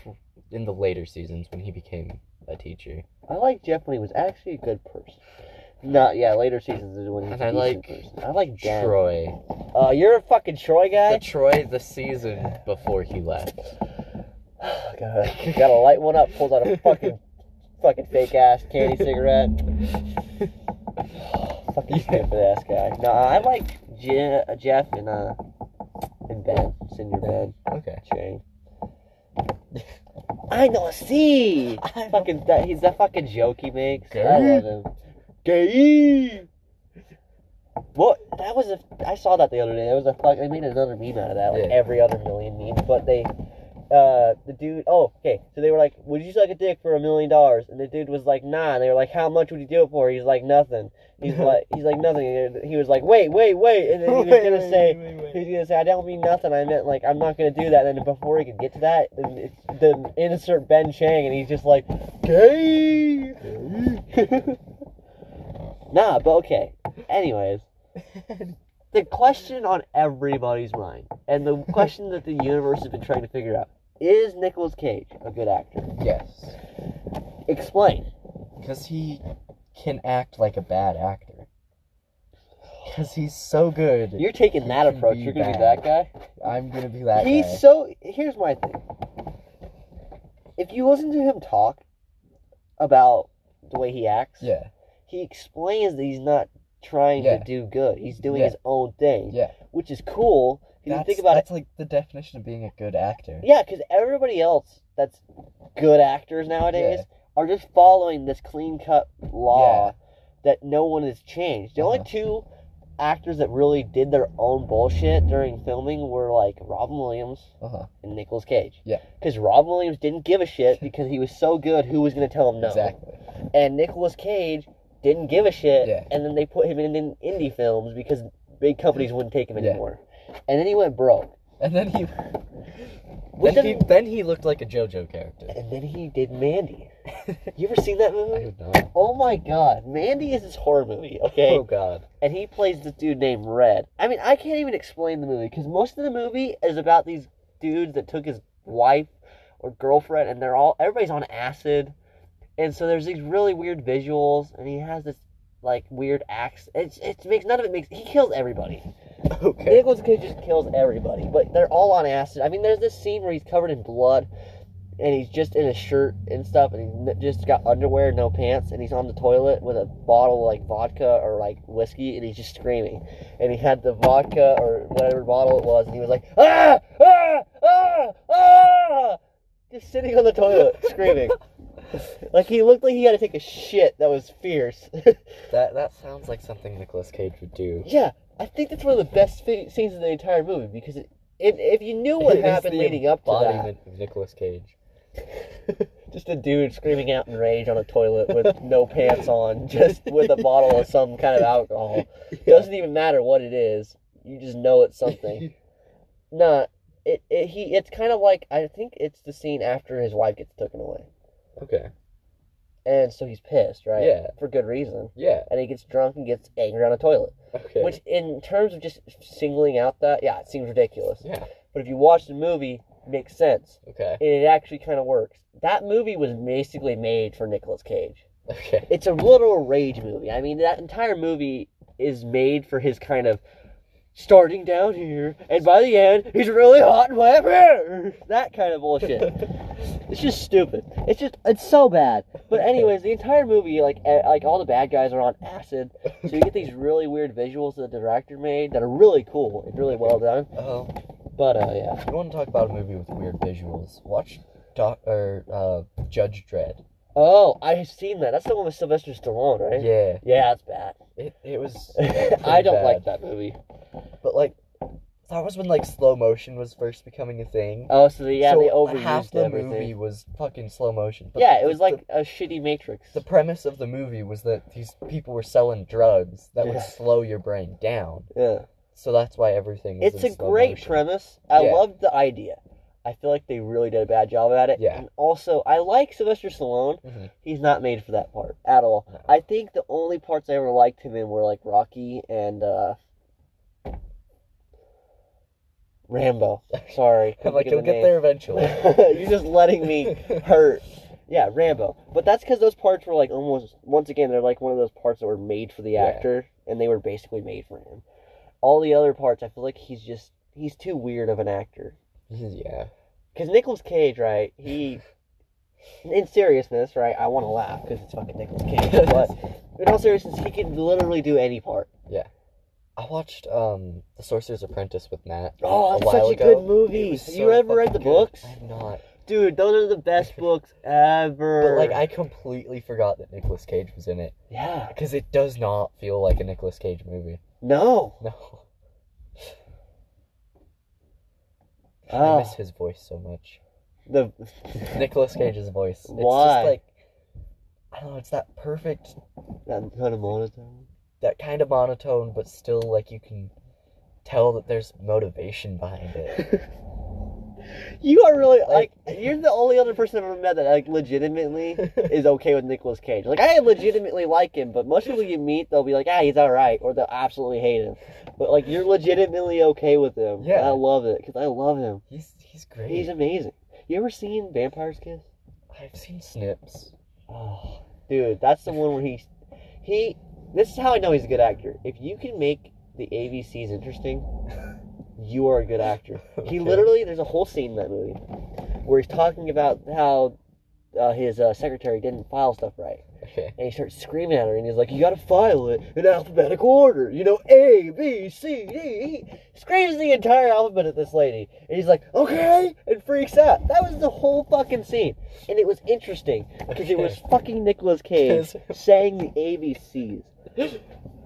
Speaker 2: in the later seasons when he became a teacher,
Speaker 1: I like Jeff when he was actually a good person. Not yeah, later seasons is when he was
Speaker 2: And I
Speaker 1: a decent
Speaker 2: like
Speaker 1: person. I like Dan.
Speaker 2: Troy.
Speaker 1: Uh, you're a fucking Troy
Speaker 2: The
Speaker 1: guy.
Speaker 2: Troy the season before he left.
Speaker 1: Oh, God. Gotta light one up. Pulls out a fucking fucking fake ass candy cigarette. fucking stupid ass guy. No, I like Je- uh, Jeff and uh and Ben. Senior Ben.
Speaker 2: Okay.
Speaker 1: Chang. *laughs* I know. See, fucking that. He's that fucking joke he makes. I love him. Gay. What? That was a. I saw that the other day. That was a fuck. They made another meme out of that, like
Speaker 2: Yeah.
Speaker 1: every other million meme. But they, uh, the dude. Oh, okay. So they were like, "Would you suck a dick for a million dollars?" And the dude was like, "Nah." And they were like, "How much would you do it for?" He's like, "Nothing."
Speaker 2: *laughs*
Speaker 1: He's like, "He's like nothing." And he was like, "Wait, wait, wait!" And then he was
Speaker 2: Wait,
Speaker 1: gonna
Speaker 2: wait,
Speaker 1: say,
Speaker 2: wait, wait,
Speaker 1: He's
Speaker 2: wait.
Speaker 1: gonna say, I don't mean nothing. I meant like I'm not gonna do that. And then before he could get to that, then, it's- then insert Ben Chang, and he's just like, gay. *laughs* nah, but okay.
Speaker 2: *laughs*
Speaker 1: Anyways, the question on everybody's mind, and the question that the universe has been trying to figure out, is Nicolas Cage a good actor?
Speaker 2: Yes,
Speaker 1: Explain.
Speaker 2: because he can act like a bad actor. Because he's so good.
Speaker 1: You're taking that
Speaker 2: He can
Speaker 1: approach.
Speaker 2: be
Speaker 1: You're gonna be that
Speaker 2: bad.
Speaker 1: guy.
Speaker 2: I'm gonna be that
Speaker 1: he's
Speaker 2: guy.
Speaker 1: so here's my thing if you listen to him talk about the way he acts
Speaker 2: yeah.
Speaker 1: he explains that he's not trying
Speaker 2: Yeah.
Speaker 1: to do good. He's doing
Speaker 2: Yeah.
Speaker 1: his own thing,
Speaker 2: Yeah.
Speaker 1: which is cool. If you
Speaker 2: That's,
Speaker 1: think about it,
Speaker 2: that's like the definition of being a good actor.
Speaker 1: yeah, because everybody else that's good actors nowadays are just following this clean cut law that no one has changed. The only
Speaker 2: Uh-huh.
Speaker 1: two actors that really did their own bullshit during filming were like Robin Williams
Speaker 2: Uh-huh.
Speaker 1: and Nicolas Cage.
Speaker 2: Yeah.
Speaker 1: Because Robin Williams didn't give a
Speaker 2: *laughs*
Speaker 1: shit because he was so good, who was going to tell him no?
Speaker 2: Exactly.
Speaker 1: And Nicolas Cage didn't give a shit.
Speaker 2: Yeah.
Speaker 1: And then they put him in, in indie films because big companies wouldn't take him
Speaker 2: Yeah.
Speaker 1: anymore. And then he went broke.
Speaker 2: And then he
Speaker 1: Which
Speaker 2: then he,
Speaker 1: doesn't-
Speaker 2: then he looked like a JoJo character.
Speaker 1: And then he did
Speaker 2: *laughs*
Speaker 1: Mandy. you ever seen that
Speaker 2: I
Speaker 1: movie?
Speaker 2: don't know.
Speaker 1: Oh my god. Mandy is this horror movie, okay?
Speaker 2: Oh god.
Speaker 1: and he plays this dude named Red. I mean, I can't even explain the movie because most of the movie is about these dudes that took his wife or girlfriend, and they're all everybody's on acid, and so there's these really weird visuals, and he has this like weird axe. It's it makes none of it makes he kills everybody.
Speaker 2: Okay.
Speaker 1: Nicholas Cage just kills everybody, but they're all on acid. I mean, there's this scene where he's covered in blood, and he's just in a shirt and stuff, and he's n- just got underwear, no pants, and he's on the toilet with a bottle of like vodka or like whiskey, and he's just screaming. And he had the vodka or whatever bottle it was, and he was like, ah, ah, ah, ah, just sitting on the toilet screaming. like he looked like he had to take a shit that was fierce. *laughs*
Speaker 2: That that sounds like something Nicolas Cage would do.
Speaker 1: Yeah, I think that's one of the best fi- scenes in the entire movie because it, if, if you knew
Speaker 2: *laughs*
Speaker 1: what
Speaker 2: It is
Speaker 1: happened
Speaker 2: the
Speaker 1: leading up to that,
Speaker 2: embodiment of Nicolas Cage.
Speaker 1: just a dude screaming out in rage on a toilet with no pants on, *laughs* just with a bottle of some kind of
Speaker 2: *laughs*
Speaker 1: alcohol. Doesn't even matter what it is. You just know it's
Speaker 2: *laughs*
Speaker 1: something. nah, it, it he it's kind of like I think it's the scene after his wife gets taken away,
Speaker 2: Okay.
Speaker 1: and so he's pissed, right?
Speaker 2: Yeah.
Speaker 1: for good reason.
Speaker 2: Yeah.
Speaker 1: And he gets drunk and gets angry on a toilet.
Speaker 2: Okay.
Speaker 1: Which, in terms of just singling out that, yeah, it seems ridiculous.
Speaker 2: yeah.
Speaker 1: But if you watch the movie, it makes sense.
Speaker 2: Okay.
Speaker 1: And it actually kind of works. That movie was basically made for Nicolas Cage.
Speaker 2: Okay.
Speaker 1: It's a literal rage movie. I mean, that entire movie is made for his kind of starting down here, and by the end, he's really hot and whatever. That kind of bullshit. It's just stupid. It's just it's so bad. But anyways, the entire movie, like eh, like all the bad guys are on acid, so you get these really weird visuals that the director made that are really cool and really well done.
Speaker 2: Oh,
Speaker 1: But uh, yeah.
Speaker 2: you want to talk about a movie with weird visuals? Watch Doc or uh, Judge Dredd.
Speaker 1: Oh, I've seen that. That's the one with Sylvester Stallone, right?
Speaker 2: Yeah.
Speaker 1: Yeah, that's bad.
Speaker 2: It it *laughs* was.
Speaker 1: *laughs* I don't
Speaker 2: bad.
Speaker 1: like that movie.
Speaker 2: But like, that was when like slow motion was first becoming a thing.
Speaker 1: Oh, so they, yeah,
Speaker 2: so
Speaker 1: they overused
Speaker 2: half the
Speaker 1: everything.
Speaker 2: movie was fucking slow motion. But
Speaker 1: yeah, it
Speaker 2: the-
Speaker 1: was like a shitty Matrix.
Speaker 2: the, the premise of the movie was that these people were selling drugs that
Speaker 1: Yeah.
Speaker 2: would slow your brain down.
Speaker 1: yeah.
Speaker 2: So that's why everything. Was
Speaker 1: It's
Speaker 2: in
Speaker 1: a
Speaker 2: slow
Speaker 1: great
Speaker 2: motion.
Speaker 1: premise. I
Speaker 2: Yeah.
Speaker 1: love the idea. I feel like they really did a bad job at it.
Speaker 2: Yeah.
Speaker 1: And also, I like Sylvester Stallone.
Speaker 2: Mhm.
Speaker 1: He's not made for that part at all.
Speaker 2: No.
Speaker 1: I think the only parts I ever liked him in were like Rocky and uh Rambo. Sorry.
Speaker 2: I'm *laughs* *laughs* like,
Speaker 1: couldn't think
Speaker 2: you'll
Speaker 1: of the
Speaker 2: get
Speaker 1: name.
Speaker 2: there
Speaker 1: *laughs*
Speaker 2: eventually.
Speaker 1: You're just letting me *laughs* hurt. Yeah, Rambo. But that's because those parts were like almost once again they're like one of those parts that were made for the
Speaker 2: Yeah.
Speaker 1: actor, and they were basically made for him. All the other parts, I feel like he's just he's too weird of an actor.
Speaker 2: *laughs* yeah.
Speaker 1: Because Nicolas Cage, right? He, in seriousness, right? I want to laugh because it's fucking Nicolas *laughs* Cage. But in all seriousness, he can literally do any part.
Speaker 2: I watched um The Sorcerer's Apprentice with Matt.
Speaker 1: Oh,
Speaker 2: a
Speaker 1: that's
Speaker 2: while
Speaker 1: such a
Speaker 2: ago.
Speaker 1: good
Speaker 2: It
Speaker 1: movie.
Speaker 2: was
Speaker 1: Have
Speaker 2: so
Speaker 1: you ever read
Speaker 2: fucking
Speaker 1: the
Speaker 2: good.
Speaker 1: books,
Speaker 2: I've not.
Speaker 1: dude? Those are the best books
Speaker 2: But
Speaker 1: ever.
Speaker 2: like I completely forgot that Nicolas Cage was in it
Speaker 1: yeah,
Speaker 2: because it does not feel like a Nicolas Cage movie. *laughs*
Speaker 1: no.
Speaker 2: No. I
Speaker 1: Oh,
Speaker 2: miss his voice so much.
Speaker 1: the *laughs*
Speaker 2: Nicolas Cage's voice. It's
Speaker 1: Why?
Speaker 2: just like I don't know, it's that perfect
Speaker 1: that kind of monotone.
Speaker 2: that kind of monotone but still like you can tell that there's motivation behind it.
Speaker 1: You are really like
Speaker 2: Like-
Speaker 1: you're the only other person I've ever met that like *laughs* legitimately
Speaker 2: *laughs*
Speaker 1: is okay with Nicolas Cage. Like I legitimately like him, but most people you meet they'll be like, ah, he's all right, or they'll absolutely hate him. But like you're legitimately okay with him.
Speaker 2: Yeah.
Speaker 1: and I love it because I love him.
Speaker 2: He's he's great.
Speaker 1: He's amazing. You ever seen Vampire's Kiss?
Speaker 2: I've seen snips.
Speaker 1: Oh, dude, that's the one where he he. This is how I know he's a good actor. If you can make the ABCs interesting, you are a good actor. He
Speaker 2: Okay.
Speaker 1: literally, there's a whole scene in that movie where he's talking about how uh, his uh, secretary didn't file stuff right,
Speaker 2: Okay.
Speaker 1: And he starts screaming at her, and he's like, "You gotta file it in alphabetical order. You know, A, B, C, D." E." Screams the entire alphabet at this lady, and he's like, "Okay," and freaks out. That was the whole fucking scene, and it was interesting because it was fucking Nicolas
Speaker 2: *laughs*
Speaker 1: Cage saying the ABCs.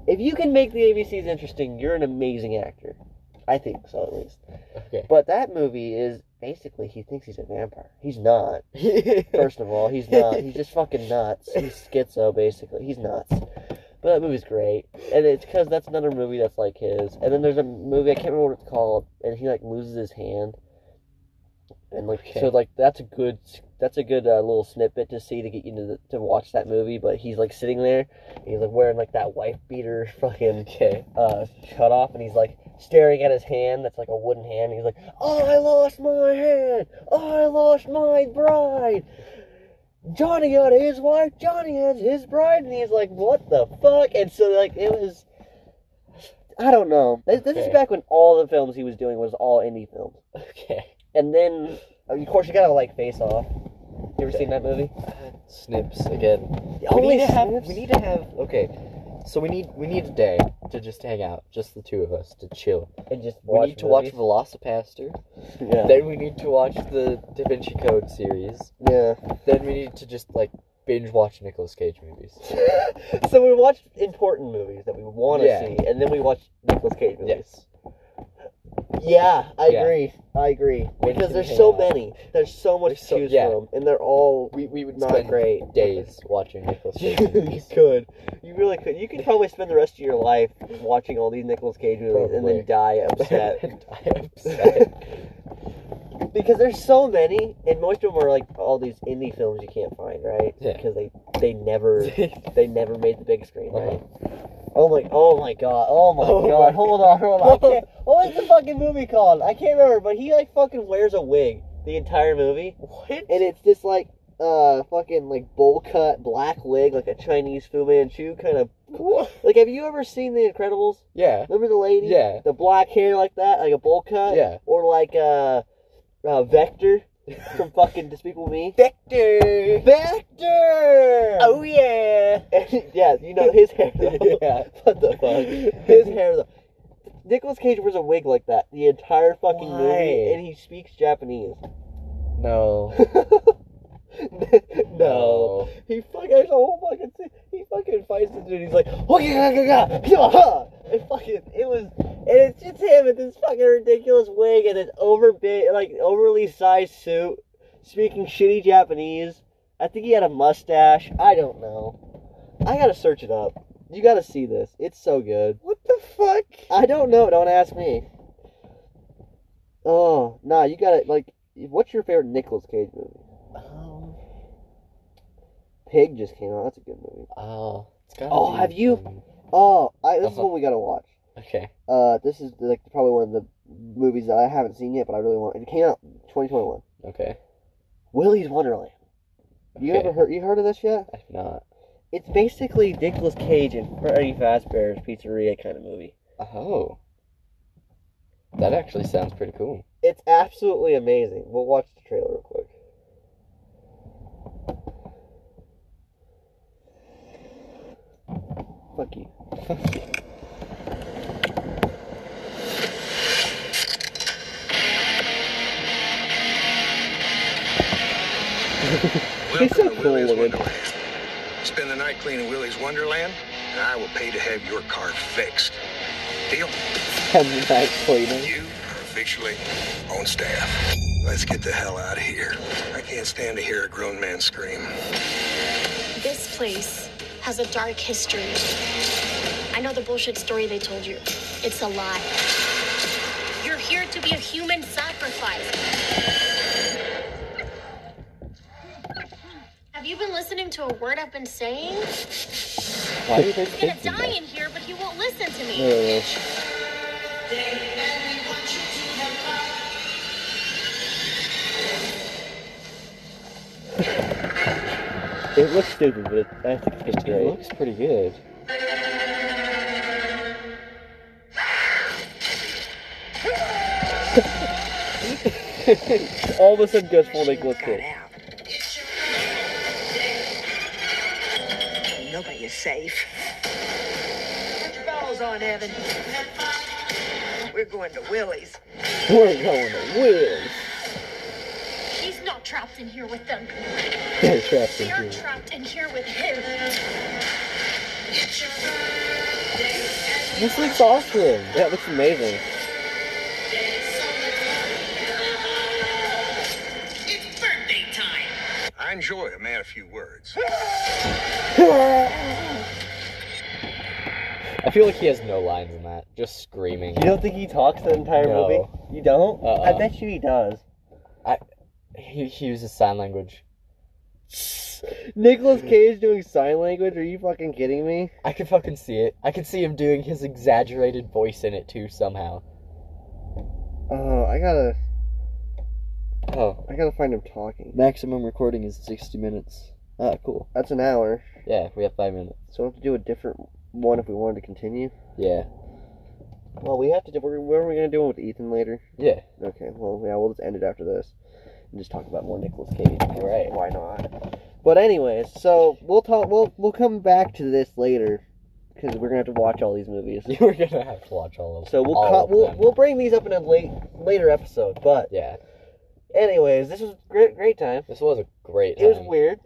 Speaker 1: If you can make the ABCs interesting, you're an amazing actor. I think so, at least.
Speaker 2: *laughs* Okay.
Speaker 1: But that movie is basically he thinks he's a vampire. He's not. *laughs* First of all, he's not. He's just fucking nuts. He's schizo, basically. He's nuts. But that movie's great, and it's because that's another movie that's like his. And then there's a movie I can't remember what it's called, and he like loses his hand, and like
Speaker 2: Okay.
Speaker 1: so like that's a good that's a good uh, little snippet to see to get you to, the, to watch that movie. But he's like sitting there, and he's like wearing like that wife beater *laughs* fucking
Speaker 2: okay.
Speaker 1: uh, cut off, and he's like staring at his hand that's like a wooden hand. And he's like, "Oh, I lost my hand. Oh, I lost my bride." Johnny had his wife. Johnny has his bride, and he's like, "What the fuck?" And so like it was, I don't know. This, this
Speaker 2: Okay.
Speaker 1: is back when all the films he was doing was all indie films,
Speaker 2: Okay.
Speaker 1: and then of course you gotta like Face Off. You ever seen that movie?
Speaker 2: Snips again.
Speaker 1: Only
Speaker 2: we need to have.
Speaker 1: snips?
Speaker 2: We need to have. Okay. So we need we need a day to just hang out, just the two of us, to chill.
Speaker 1: and just
Speaker 2: we need to watch
Speaker 1: movies.
Speaker 2: Velocipaster.
Speaker 3: Yeah.
Speaker 2: Then we need to watch the Da Vinci Code series.
Speaker 3: yeah.
Speaker 2: Then we need to just like binge watch Nicolas Cage movies.
Speaker 1: *laughs* so we watched important movies that we want to
Speaker 2: Yeah.
Speaker 1: see, and then we watched Nicolas Cage movies.
Speaker 2: Yes.
Speaker 1: Yeah, I
Speaker 2: Yeah.
Speaker 1: agree. I agree
Speaker 2: We
Speaker 1: because
Speaker 2: can
Speaker 1: there's
Speaker 2: hang
Speaker 1: so
Speaker 2: out.
Speaker 1: many. There's so much
Speaker 2: There's
Speaker 1: to
Speaker 2: so-
Speaker 1: choose
Speaker 2: yeah.
Speaker 1: from, and they're all
Speaker 2: We we would
Speaker 1: not
Speaker 2: spend
Speaker 1: great. *laughs*
Speaker 2: days watching Nicolas Cage
Speaker 1: you *laughs*
Speaker 2: movies.
Speaker 1: could, you really could. You could probably spend the rest of your life watching all these Nicolas Cage movies and
Speaker 2: Probably.
Speaker 1: then die
Speaker 2: *laughs*
Speaker 1: upset
Speaker 2: And
Speaker 1: *laughs*
Speaker 2: I'm upset.
Speaker 1: because there's so many, and most of them are like all these indie films you can't find, right?
Speaker 2: Yeah.
Speaker 1: Because they they
Speaker 2: *laughs*
Speaker 1: never they never made the big screen,
Speaker 2: Uh-huh.
Speaker 1: right? Oh my! Oh my God! Oh my
Speaker 2: Oh my
Speaker 1: God!
Speaker 2: God.
Speaker 1: Hold on! Hold
Speaker 2: *laughs*
Speaker 1: on! I can't, what was the fucking movie called? I can't remember, but he like fucking wears a wig the entire movie,
Speaker 2: what?
Speaker 1: and it's this like uh fucking like bowl cut black wig, like a Chinese Fu Manchu kind of. Like, have you ever seen The Incredibles?
Speaker 2: Yeah.
Speaker 1: Remember the lady?
Speaker 2: Yeah.
Speaker 1: The black hair like that, like a bowl cut.
Speaker 2: Yeah.
Speaker 1: Or like uh, uh Vector *laughs* from fucking Despicable Me.
Speaker 2: Victor.
Speaker 1: Vector.
Speaker 2: Oh yeah.
Speaker 1: *laughs* yeah, you know his hair. Though.
Speaker 2: *laughs* yeah.
Speaker 1: What the fuck? His hair though. Nicolas Cage wears a wig like that the entire fucking
Speaker 2: Why?
Speaker 1: movie, and he speaks Japanese. *laughs*
Speaker 2: No.
Speaker 1: no, he fucking there's a whole fucking scene. he fucking fights the dude. He's like, oh yeah, yeah, yeah, yeah, huh." and fucking it was, and it's just him with this fucking ridiculous wig and an overbit like overly sized suit, speaking shitty Japanese. I think he had a mustache. I don't know. I gotta search it up. You gotta see this. It's so good.
Speaker 2: What the fuck?
Speaker 1: I don't know. Don't ask me. Oh, nah, you gotta, like, what's your favorite Nicolas Cage movie?
Speaker 2: Um,
Speaker 1: Pig just came out. That's a good movie.
Speaker 2: oh, it's gotta
Speaker 1: Oh,
Speaker 2: be,
Speaker 1: have you-
Speaker 2: um,
Speaker 1: Oh, I, this is
Speaker 2: Uh-huh.
Speaker 1: one we gotta watch.
Speaker 2: Okay.
Speaker 1: Uh, this is, like, probably one of the movies that I haven't seen yet, but I really want. It came out 2021.
Speaker 2: Okay.
Speaker 1: Willy's Wonderland. You
Speaker 2: okay.
Speaker 1: ever heard, you heard of this yet?
Speaker 2: I've not.
Speaker 1: It's basically Nicolas Cage and Freddy Fazbear's Pizzeria kind of movie.
Speaker 2: Oh. That actually sounds pretty cool.
Speaker 1: It's absolutely amazing. We'll watch the trailer real quick. Fuck you. *laughs* He's so
Speaker 4: Welcome to
Speaker 1: cool
Speaker 4: Willy's
Speaker 1: looking.
Speaker 4: Wonderland. Spend the night cleaning Willy's Wonderland, and I will pay to have your car fixed. Deal?
Speaker 1: Have you not played it?
Speaker 4: You are officially on staff. Let's get the hell out of here. I can't stand to hear a grown man scream.
Speaker 5: This place has a dark history. I know the bullshit story they told you. It's a lie. You're here to be a human sacrifice. Have you been listening to a word I've been saying?
Speaker 2: Why are they
Speaker 5: I'm gonna
Speaker 2: thinking
Speaker 5: die
Speaker 2: that?
Speaker 5: in here, but he won't listen to me.
Speaker 1: No. It looks stupid, but it, I think it's
Speaker 2: It
Speaker 1: great.
Speaker 2: looks pretty good.
Speaker 1: *laughs* All of a sudden goes full Nicolas
Speaker 6: got
Speaker 1: Cage.
Speaker 6: out. you safe. Put your balls on, Evan. We're going to Willie's.
Speaker 1: We're going to Willie's.
Speaker 5: He's not trapped in here with them.
Speaker 1: They're trapped in
Speaker 5: They are
Speaker 1: here.
Speaker 5: trapped in here with him.
Speaker 1: This looks awesome. That looks amazing.
Speaker 6: It's birthday time.
Speaker 4: I enjoy a man of few words.
Speaker 2: I feel like he has no lines in that. Just screaming.
Speaker 1: You don't think he talks the entire
Speaker 2: No.
Speaker 1: movie? You don't? I
Speaker 2: Uh-uh.
Speaker 1: bet you he does.
Speaker 2: He, he uses sign language.
Speaker 1: Nicholas Cage doing sign language? Are you fucking kidding me?
Speaker 2: I can fucking see it. I can see him doing his exaggerated voice in it too somehow.
Speaker 1: Oh, I gotta,
Speaker 2: Oh,
Speaker 1: I gotta find him talking.
Speaker 2: maximum recording is 60 minutes. Ah, cool.
Speaker 1: That's an hour,
Speaker 2: Yeah, we have five minutes.
Speaker 1: so we will have to do a different one if we wanted to continue.
Speaker 2: Yeah.
Speaker 1: Well, we have to. do- What are we gonna do with Ethan later?
Speaker 2: Yeah.
Speaker 1: Okay, well, yeah, we'll just end it after this and just talk about more Nicolas Cage. because
Speaker 2: Right. *laughs*
Speaker 1: Why not? But anyways, so we'll talk. We'll we'll come back to this later because we're gonna have to watch all these movies. *laughs*
Speaker 2: You were gonna have to watch all of
Speaker 1: So we'll
Speaker 2: all
Speaker 1: cut,
Speaker 2: of
Speaker 1: we'll
Speaker 2: them.
Speaker 1: we'll bring these up in a late later episode. But
Speaker 2: Yeah.
Speaker 1: anyways, this was great great time.
Speaker 2: This was a great
Speaker 1: It was
Speaker 2: time.
Speaker 1: weird,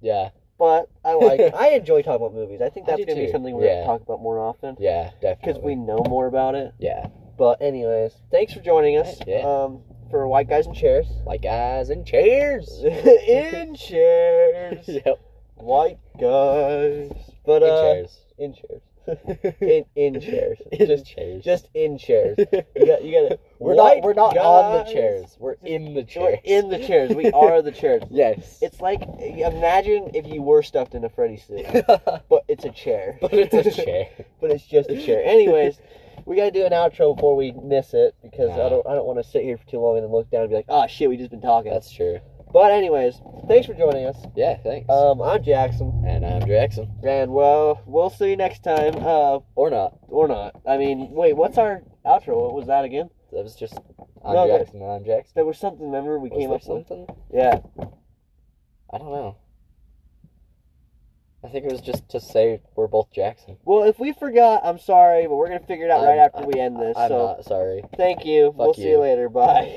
Speaker 2: Yeah.
Speaker 1: but I like.
Speaker 2: *laughs*
Speaker 1: it. I enjoy talking about movies. I think
Speaker 2: I
Speaker 1: that's
Speaker 2: do
Speaker 1: gonna be
Speaker 2: too.
Speaker 1: something we're
Speaker 2: Yeah.
Speaker 1: gonna talk about more often
Speaker 2: Yeah, definitely.
Speaker 1: because we know more about it.
Speaker 2: Yeah.
Speaker 1: But anyways, thanks for joining us.
Speaker 2: Yeah.
Speaker 1: Um, for white guys and chairs. *laughs*
Speaker 2: Like guys and chairs.
Speaker 1: in chairs.
Speaker 2: *laughs* yep.
Speaker 1: white guys. But
Speaker 2: In
Speaker 1: uh,
Speaker 2: chairs.
Speaker 1: in chairs, *laughs* in in
Speaker 2: *laughs*
Speaker 1: chairs,
Speaker 2: Just chairs.
Speaker 1: just in chairs. You got you got to
Speaker 2: *laughs* we're not we're not on the chairs. We're in the
Speaker 1: We're
Speaker 2: chairs.
Speaker 1: in the chairs. We are the
Speaker 2: *laughs*
Speaker 1: chairs.
Speaker 2: Yes.
Speaker 1: *laughs* It's like imagine if you were stuffed in a Freddy suit,
Speaker 2: but
Speaker 1: but it's a chair.
Speaker 2: it's a
Speaker 1: *laughs*
Speaker 2: chair.
Speaker 1: but it's just a chair. Anyways. We gotta do an outro before we miss it because
Speaker 2: Nah.
Speaker 1: I don't I don't want to sit here for too long and then look down and be like, oh shit, we just been talking.
Speaker 2: That's true.
Speaker 1: But anyways, thanks for joining us.
Speaker 2: Yeah, thanks.
Speaker 1: Um, I'm Jackson,
Speaker 2: and I'm Jackson.
Speaker 1: and well, we'll see you next time. Uh,
Speaker 2: Or not.
Speaker 1: or not. I mean, wait, what's our outro? What was that again?
Speaker 2: That was just I'm
Speaker 1: No, that-
Speaker 2: Jackson and I'm Jackson.
Speaker 1: There was something. Remember, we
Speaker 2: Was
Speaker 1: came
Speaker 2: there
Speaker 1: up with.
Speaker 2: something?
Speaker 1: Yeah.
Speaker 2: I don't know. I think it was just to say we're both Jackson.
Speaker 1: Well, if we forgot, I'm sorry, but we're gonna figure it out right
Speaker 2: I'm-
Speaker 1: after we end this.
Speaker 2: I'm
Speaker 1: so
Speaker 2: not sorry.
Speaker 1: thank you. we'll see
Speaker 2: you.
Speaker 1: you later. Bye.